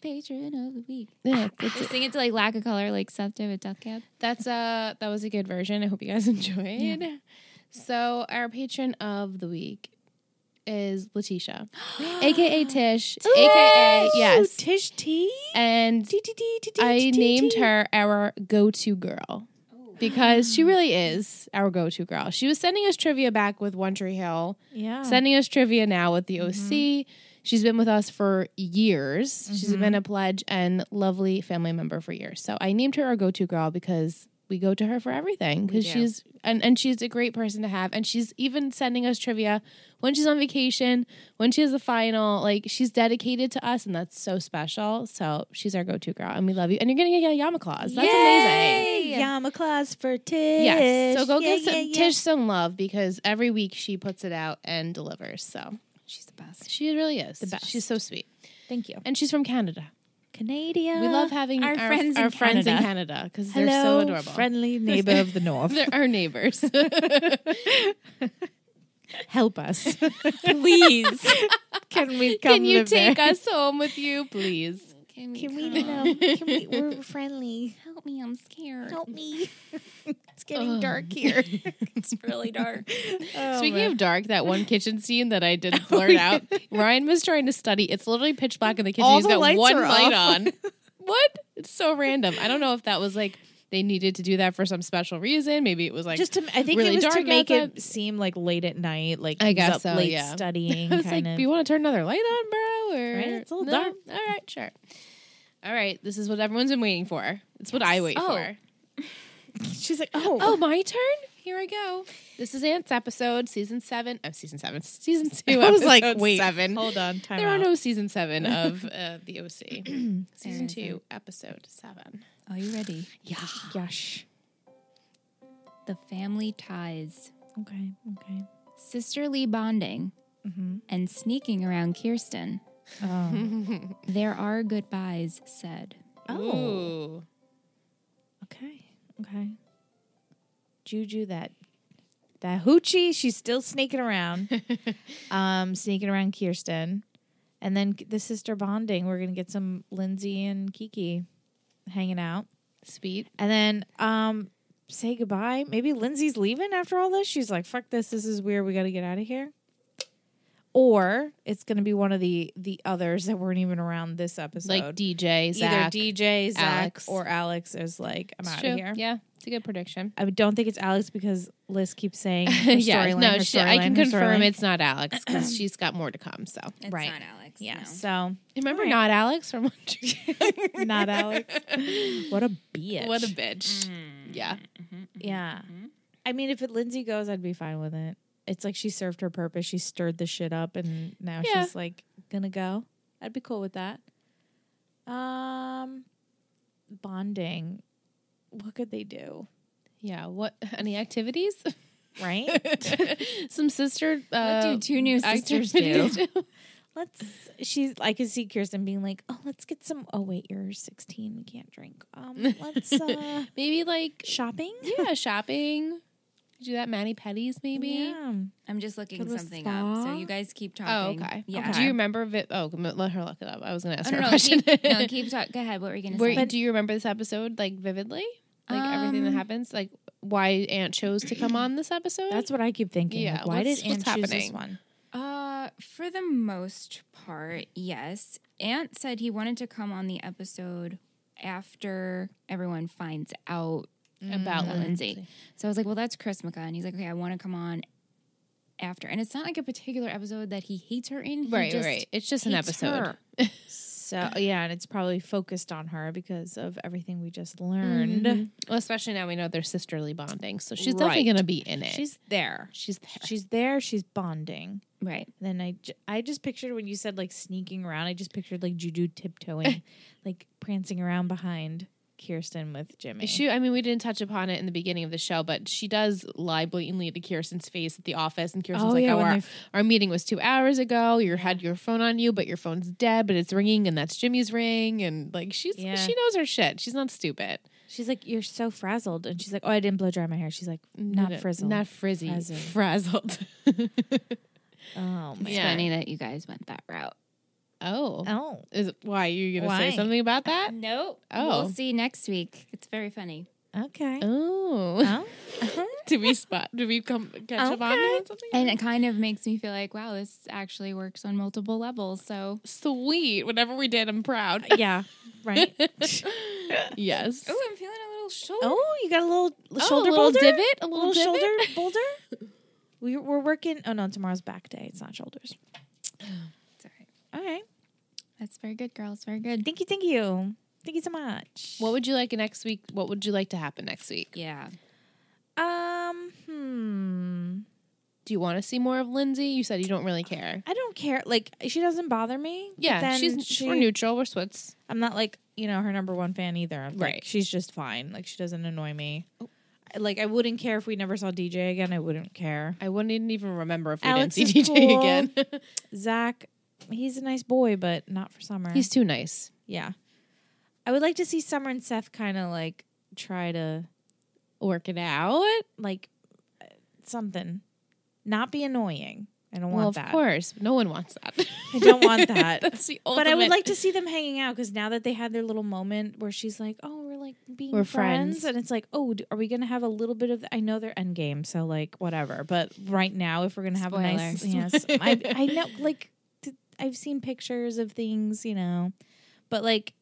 S1: Patron of the week.
S5: Yeah,
S1: Just sing it to like lack of color, like Seth did with Death Cab.
S5: that's uh that was a good version. I hope you guys enjoyed. So our patron of the week is Letitia, aka Tish, aka yes,
S6: Ah, Tish T.
S5: and I named her our go-to girl
S6: Oh.
S5: because she really is our go-to girl. She was sending us trivia back with One Tree Hill,
S6: Yeah.
S5: sending us trivia now with
S6: Mm-hmm.
S5: the OC. She's been with us for years. She's
S6: Mm-hmm.
S5: been a pledge and lovely family member for years. So I named her our go-to girl because we go to her for everything because she's and, and she's a great person to have and she's even sending us trivia when she's on vacation when she has the final like she's dedicated to us and that's so special so she's our go-to girl and we love you and you're gonna get a yama claus that's amazing
S6: Yama Claus for Tish.
S5: Yes. So go
S6: Yeah,
S5: give some,
S6: yeah, yeah.
S5: Tish some love because every week she puts it out and delivers. So
S1: She's the best.
S5: she really is. The best. She's so sweet.
S6: Thank you.
S5: And she's from Canada.
S6: Canada.
S5: We love having
S1: our
S5: our,
S1: friends in
S5: our friends in
S1: Canada.
S5: Canada because
S6: Hello,
S5: they're so adorable.
S6: friendly neighbor of the north.
S5: they're our neighbors.
S6: Help us.
S1: Please.
S6: Can we come
S5: Can you
S6: live there?
S5: take us home with you, please?
S1: Can we,
S6: Can we,
S1: come?
S6: no, can we, we're friendly.
S1: Help me, I'm scared.
S6: Help me. It's getting dark here.
S1: It's really dark.
S6: Oh,
S5: Speaking of dark, that one kitchen scene that I did blurt out, Ryan was trying to study. It's literally pitch black in the kitchen.
S6: All
S5: He's
S6: the
S5: got
S6: lights
S5: one
S6: are
S5: light
S6: off.
S5: on. What? It's so random. I don't know if that was like they needed to do that for some special reason. Maybe it was like
S6: just to, I think
S5: really
S6: it was to
S5: dark
S6: make
S5: outside.
S6: it seem like late at night, like
S5: I
S6: he's
S5: guess
S6: up
S5: so,
S6: late
S5: yeah.
S6: studying.
S5: I was like,
S6: kind
S5: "Do you want to turn another light on, bro?" Or
S6: Right? It's a little
S5: No?
S6: dark.
S5: All right, sure. All right, this is what everyone's been waiting for. It's what I wait
S1: Oh.
S5: for.
S6: She's like, oh,
S5: Oh, my turn. Here I go. This is Ant's episode, season seven. I'm season seven, season two.
S6: I was like,
S5: episode
S6: wait,
S5: seven.
S6: hold on, time
S5: there
S6: out.
S5: are no season seven of uh, the OC. season two, episode seven.
S1: Are you ready?
S6: gosh.
S1: The family ties,
S6: Okay, okay.
S1: sisterly bonding, and sneaking around Kirsten. Oh. There are goodbyes said.
S6: Oh,
S5: Ooh.
S6: okay, okay. Juju, that that hoochie, she's still sneaking around, um, sneaking around Kirsten, and then the sister bonding. We're gonna get some Lindsay and Kiki hanging out.
S5: Sweet.
S6: And then um say goodbye. Maybe Lindsay's leaving after all this. She's like, fuck this, this is weird, we gotta get out of here. Or it's gonna be one of the the others that weren't even around this episode.
S5: Like DJ,
S6: Either
S5: Zach.
S6: DJ, Zach,
S5: Alex.
S6: or Alex is like, I'm
S5: It's
S6: out
S5: true.
S6: of here.
S5: Yeah, it's a good prediction.
S6: I don't think it's Alex because Liz keeps saying her
S5: yeah,
S6: storyline,
S5: no,
S6: her
S5: she, I
S6: storyline,
S5: can
S6: her
S5: confirm
S6: storyline.
S5: it's not Alex because she's got more to come. So
S1: It's
S6: Right.
S1: not Alex.
S6: Yeah.
S1: no.
S5: remember, not Alex from One Tree
S6: So not Alex. What a bitch.
S5: What a bitch. Yeah.
S6: Yeah. I mean, if it Lindsay goes, I'd be fine with it. It's like she served her purpose. She stirred the shit up, and now
S5: Yeah.
S6: she's like gonna go. I'd be cool with that. Um, bonding. What could they do?
S5: Yeah. What? Any activities?
S6: Right?
S5: Some sister. Uh,
S1: What do two new sisters do?
S5: activities
S6: let's. She's. I could see Kirsten being like, "Oh, let's get some." Oh wait, you're 16. We can't drink. Um, let's uh,
S5: Maybe like
S6: shopping.
S5: yeah, shopping. Do that mani pedis maybe.
S6: Yeah.
S1: I'm just looking
S6: Go to a
S1: something up. So
S6: spa?
S1: you guys keep
S5: Oh,
S1: talking.
S5: okay.
S1: Yeah.
S5: Do you remember? Vi- oh, m- let her look it up. I was going to ask
S1: Oh,
S5: her
S1: no,
S5: a
S1: no,
S5: question.
S1: keep, no, keep talking. Go ahead. What were you going to
S5: Were-
S1: say?
S5: do you remember this episode like vividly? Like everything that
S1: Um,
S5: happens, like why Aunt chose to come on this episode.
S6: That's what I keep thinking.
S5: Yeah,
S6: Like, why
S5: what's-
S6: did Anne
S5: what's
S6: choose this
S5: happening?
S6: one?
S1: Uh, for the most part, yes. Ant said he wanted to come on the episode after everyone finds out
S5: about
S1: about Lindsay. So I was like, well, that's Chrismica. And he's like, okay, I want to come on after. And it's not like a particular episode that he hates her in. He
S5: Right,
S1: just
S5: right. It's just an
S1: hates
S5: episode.
S1: her.
S6: So yeah, and it's probably focused on her because of everything we just
S5: Mm-hmm.
S6: learned.
S5: Well, especially now we know they're sisterly bonding, so she's definitely going to be in it.
S6: She's there.
S5: she's there.
S6: She's there. She's bonding.
S1: Right.
S6: Then I, ju- I just pictured when you said like sneaking around. I just pictured like Juju tiptoeing, like prancing around behind Kirsten with Jimmy.
S5: She, I mean, we didn't touch upon it in the beginning of the show, but she does lie blatantly to Kirsten's face at the office, and Kirsten's
S6: Oh,
S5: like,
S6: yeah,
S5: "Oh,
S6: when
S5: our,
S6: they're-
S5: our meeting was two hours ago. You had your phone on you, but your phone's dead, but it's ringing, and that's Jimmy's ring." And like, she's
S6: Yeah.
S5: she knows her shit. She's not stupid.
S6: she's like, "You're so frazzled," and she's like, "Oh, I didn't blow dry my hair." She's like, "Not frizzled."
S5: not frizzy,
S6: Frazzled.
S5: frazzled.
S6: oh my.
S1: It's
S5: Yeah.
S1: funny that you guys went that route.
S5: oh,
S6: Oh.
S5: is why are you going to
S6: Why?
S5: say something about that?
S1: Nope.
S5: Oh.
S1: We'll see next week. It's very funny.
S6: Okay.
S5: Oh. did we spot? Did we come catch up on
S6: Okay.
S5: that? Something?
S1: And it kind of makes me feel like, wow, this actually works on multiple levels. So,
S5: Sweet. Whatever we did, I'm proud.
S6: yeah. Right.
S5: yes.
S1: oh, I'm feeling a little short.
S6: Oh, you got a little
S5: a
S6: shoulder
S5: little
S6: boulder?
S5: divot? A
S6: A
S5: little
S6: little,
S5: divot?
S6: shoulder boulder? We, we're working. Oh, no. Tomorrow's back day. It's not shoulders.
S1: It's all right.
S6: All right.
S1: That's very good, girls. Very good.
S6: Thank you. Thank you. Thank you so much.
S5: What would you like next week? What would you like to happen next week?
S1: Yeah.
S6: Um, hmm.
S5: Do you want to see more of Lindsay? You said you don't really care.
S6: I don't care. Like she doesn't bother me. but
S5: Yeah,
S6: then
S5: she's
S6: she-
S5: we're neutral. We're Swiss.
S6: I'm not like you know her number one fan either. I'm like,
S5: Right. Oh.
S6: she's just fine. Like she doesn't annoy me. I- Like I wouldn't care if we never saw DJ again. I wouldn't care.
S5: I wouldn't even remember if we
S6: Alex
S5: didn't see
S6: is
S5: DJ
S6: cool.
S5: again.
S6: Zach, he's a nice boy, but not for summer.
S5: He's too nice.
S6: yeah. I would like to see Summer and Seth kind of like try to
S5: Work it out.
S6: like uh, something, not be annoying. I don't
S5: Well,
S6: want
S5: of
S6: that.
S5: course, no one wants that.
S6: I don't want that.
S5: That's the ultimate.
S6: But I would like to see them hanging out because now that they had their little moment where she's like, "Oh, we're like being
S5: We're
S6: friends.
S5: friends.
S6: and it's like, "Oh, d- are we gonna have a little bit of?" I know they're end game, so like whatever. But right now, if we're gonna have a nice,
S1: Spoiler.
S6: yes, I, I know. Like th- I've seen pictures of things, you know, but like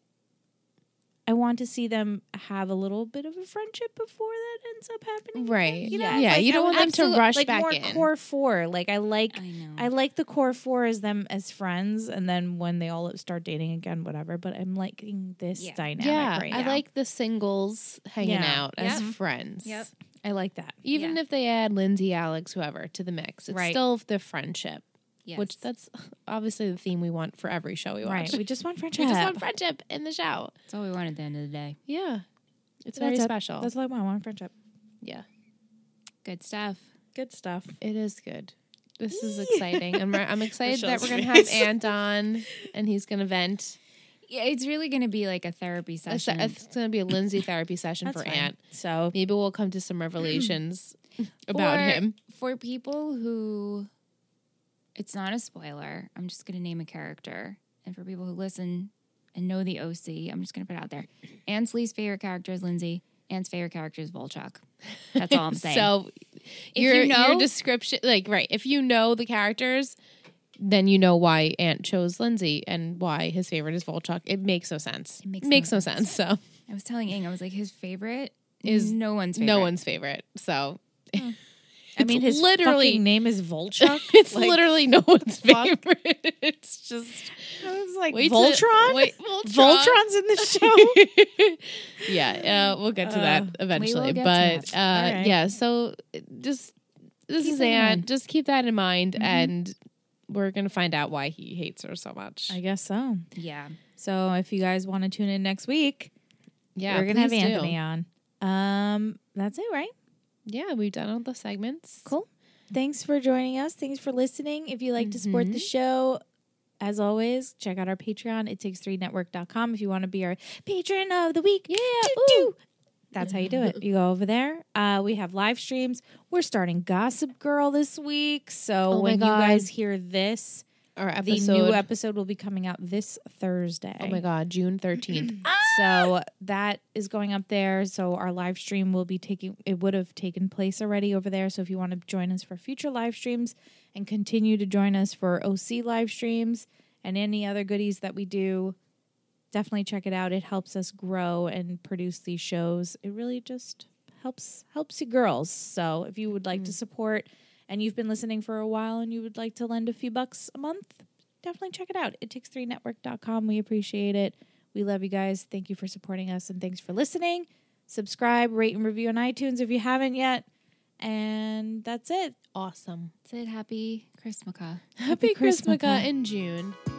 S6: I want to see them have a little bit of a friendship before that ends up happening,
S5: Right.
S6: You know,
S5: yeah.
S6: it's
S5: Yeah,
S6: like
S5: you don't
S6: I
S5: want them to
S6: absolute-
S5: rush
S6: like
S5: back
S6: more
S5: in.
S6: core four. Like I like
S1: I know.
S6: I like the core four as them as friends, and then when they all start dating again, whatever. But I'm liking this
S1: Yeah.
S6: dynamic
S5: Yeah,
S6: right
S5: I
S6: now.
S5: like the singles hanging
S6: Yeah.
S5: out as
S1: Yep.
S5: friends.
S1: Yep.
S6: I like that.
S5: Even
S1: Yeah.
S5: if they add Lindsay, Alex, whoever to the mix, it's
S6: Right.
S5: still the friendship,
S1: yes.
S5: which that's obviously the theme we want for every show we watch.
S6: Right, we just want
S5: We
S6: friendship.
S5: just want friendship in the show.
S1: That's all we want at the end of the day.
S5: Yeah.
S6: That's
S5: It's very
S6: it.
S5: special.
S6: That's all I want. I want friendship.
S5: yeah.
S1: Good stuff.
S6: Good stuff.
S5: It is good. This is exciting. I'm, I'm excited that
S7: Michelle's
S5: we're going to have
S7: face.
S5: Ant on and he's going to vent.
S1: Yeah, it's really going to be like a therapy
S5: It's,
S1: session.
S5: going to be a Lindsay therapy session
S6: That's
S5: for
S6: fine.
S5: Ant.
S6: So
S5: Maybe we'll come to some revelations about
S1: for,
S5: him.
S1: For people who, it's not a spoiler. I'm just going to name a character, and for people who listen and know the OC, I'm just going to put it out there. Anne's least favorite character is Lindsay. Anne's favorite character is Volchuk. That's all I'm saying.
S5: So
S1: If
S5: your,
S1: you know-
S5: your description, like, right, if you know the characters, then you know why Ant chose Lindsay and why his favorite is Volchok. It makes no sense. It
S1: makes
S5: makes,
S1: no
S5: no sense. So
S1: I was telling Ing, I was like, his favorite
S5: Is
S1: is no one's favorite.
S5: no one's favorite. So
S6: I mean, his
S5: literally-
S6: fucking name is Volchuk.
S5: it's
S6: Like,
S5: literally no one's favorite. It's just
S6: I was like
S5: wait till-
S6: Voltron.
S5: wait, Voltron.
S6: Voltron's in the show.
S5: yeah, uh, we'll get to
S6: Uh,
S5: that
S1: will
S5: eventually.
S1: get to
S5: But
S1: that.
S5: Uh,
S6: All right.
S5: yeah, so it- just this
S1: Keep
S5: is
S1: that in
S5: Ant.
S1: mind. Mm-hmm.
S5: Just keep that in mind, and we're gonna find out why he hates her so much.
S6: I guess so.
S1: Yeah.
S6: So if you guys want to tune in next week,
S5: yeah,
S6: we're gonna have
S5: please do.
S6: Anthony on. Um, that's it, right?
S5: Yeah, we've done all the segments.
S6: Cool. Thanks for joining us. Thanks for listening. If you like to support
S5: Mm-hmm.
S6: the show, as always, check out our Patreon. It takes 3 network.com if you want to be our patron of the week. Yeah. That's how you do it. You go over there. Uh, we have live streams. We're starting Gossip Girl this week. So
S5: Oh my
S6: when
S5: God.
S6: you guys hear this,
S5: Our
S6: the
S5: episode.
S6: new episode will be coming out this Thursday.
S5: oh my god, June thirteenth.
S6: So that is going up there. So our live stream will be taking it would have taken place already over there. So if you want to join us for future live streams and continue to join us for OC live streams and any other goodies that we do, definitely check it out. It helps us grow and produce these shows. It really just helps helps you girls. So if you would like to support and you've been listening for a while and you would like to lend a few bucks a month, definitely check it out. It takes 3 network.com. We appreciate it. We love you guys. Thank you for supporting us and thanks for listening. Subscribe, rate and review on iTunes if you haven't yet. And that's it.
S5: Awesome.
S1: Said happy Christmas.
S5: Happy
S6: Christmas.
S5: Christmas in June.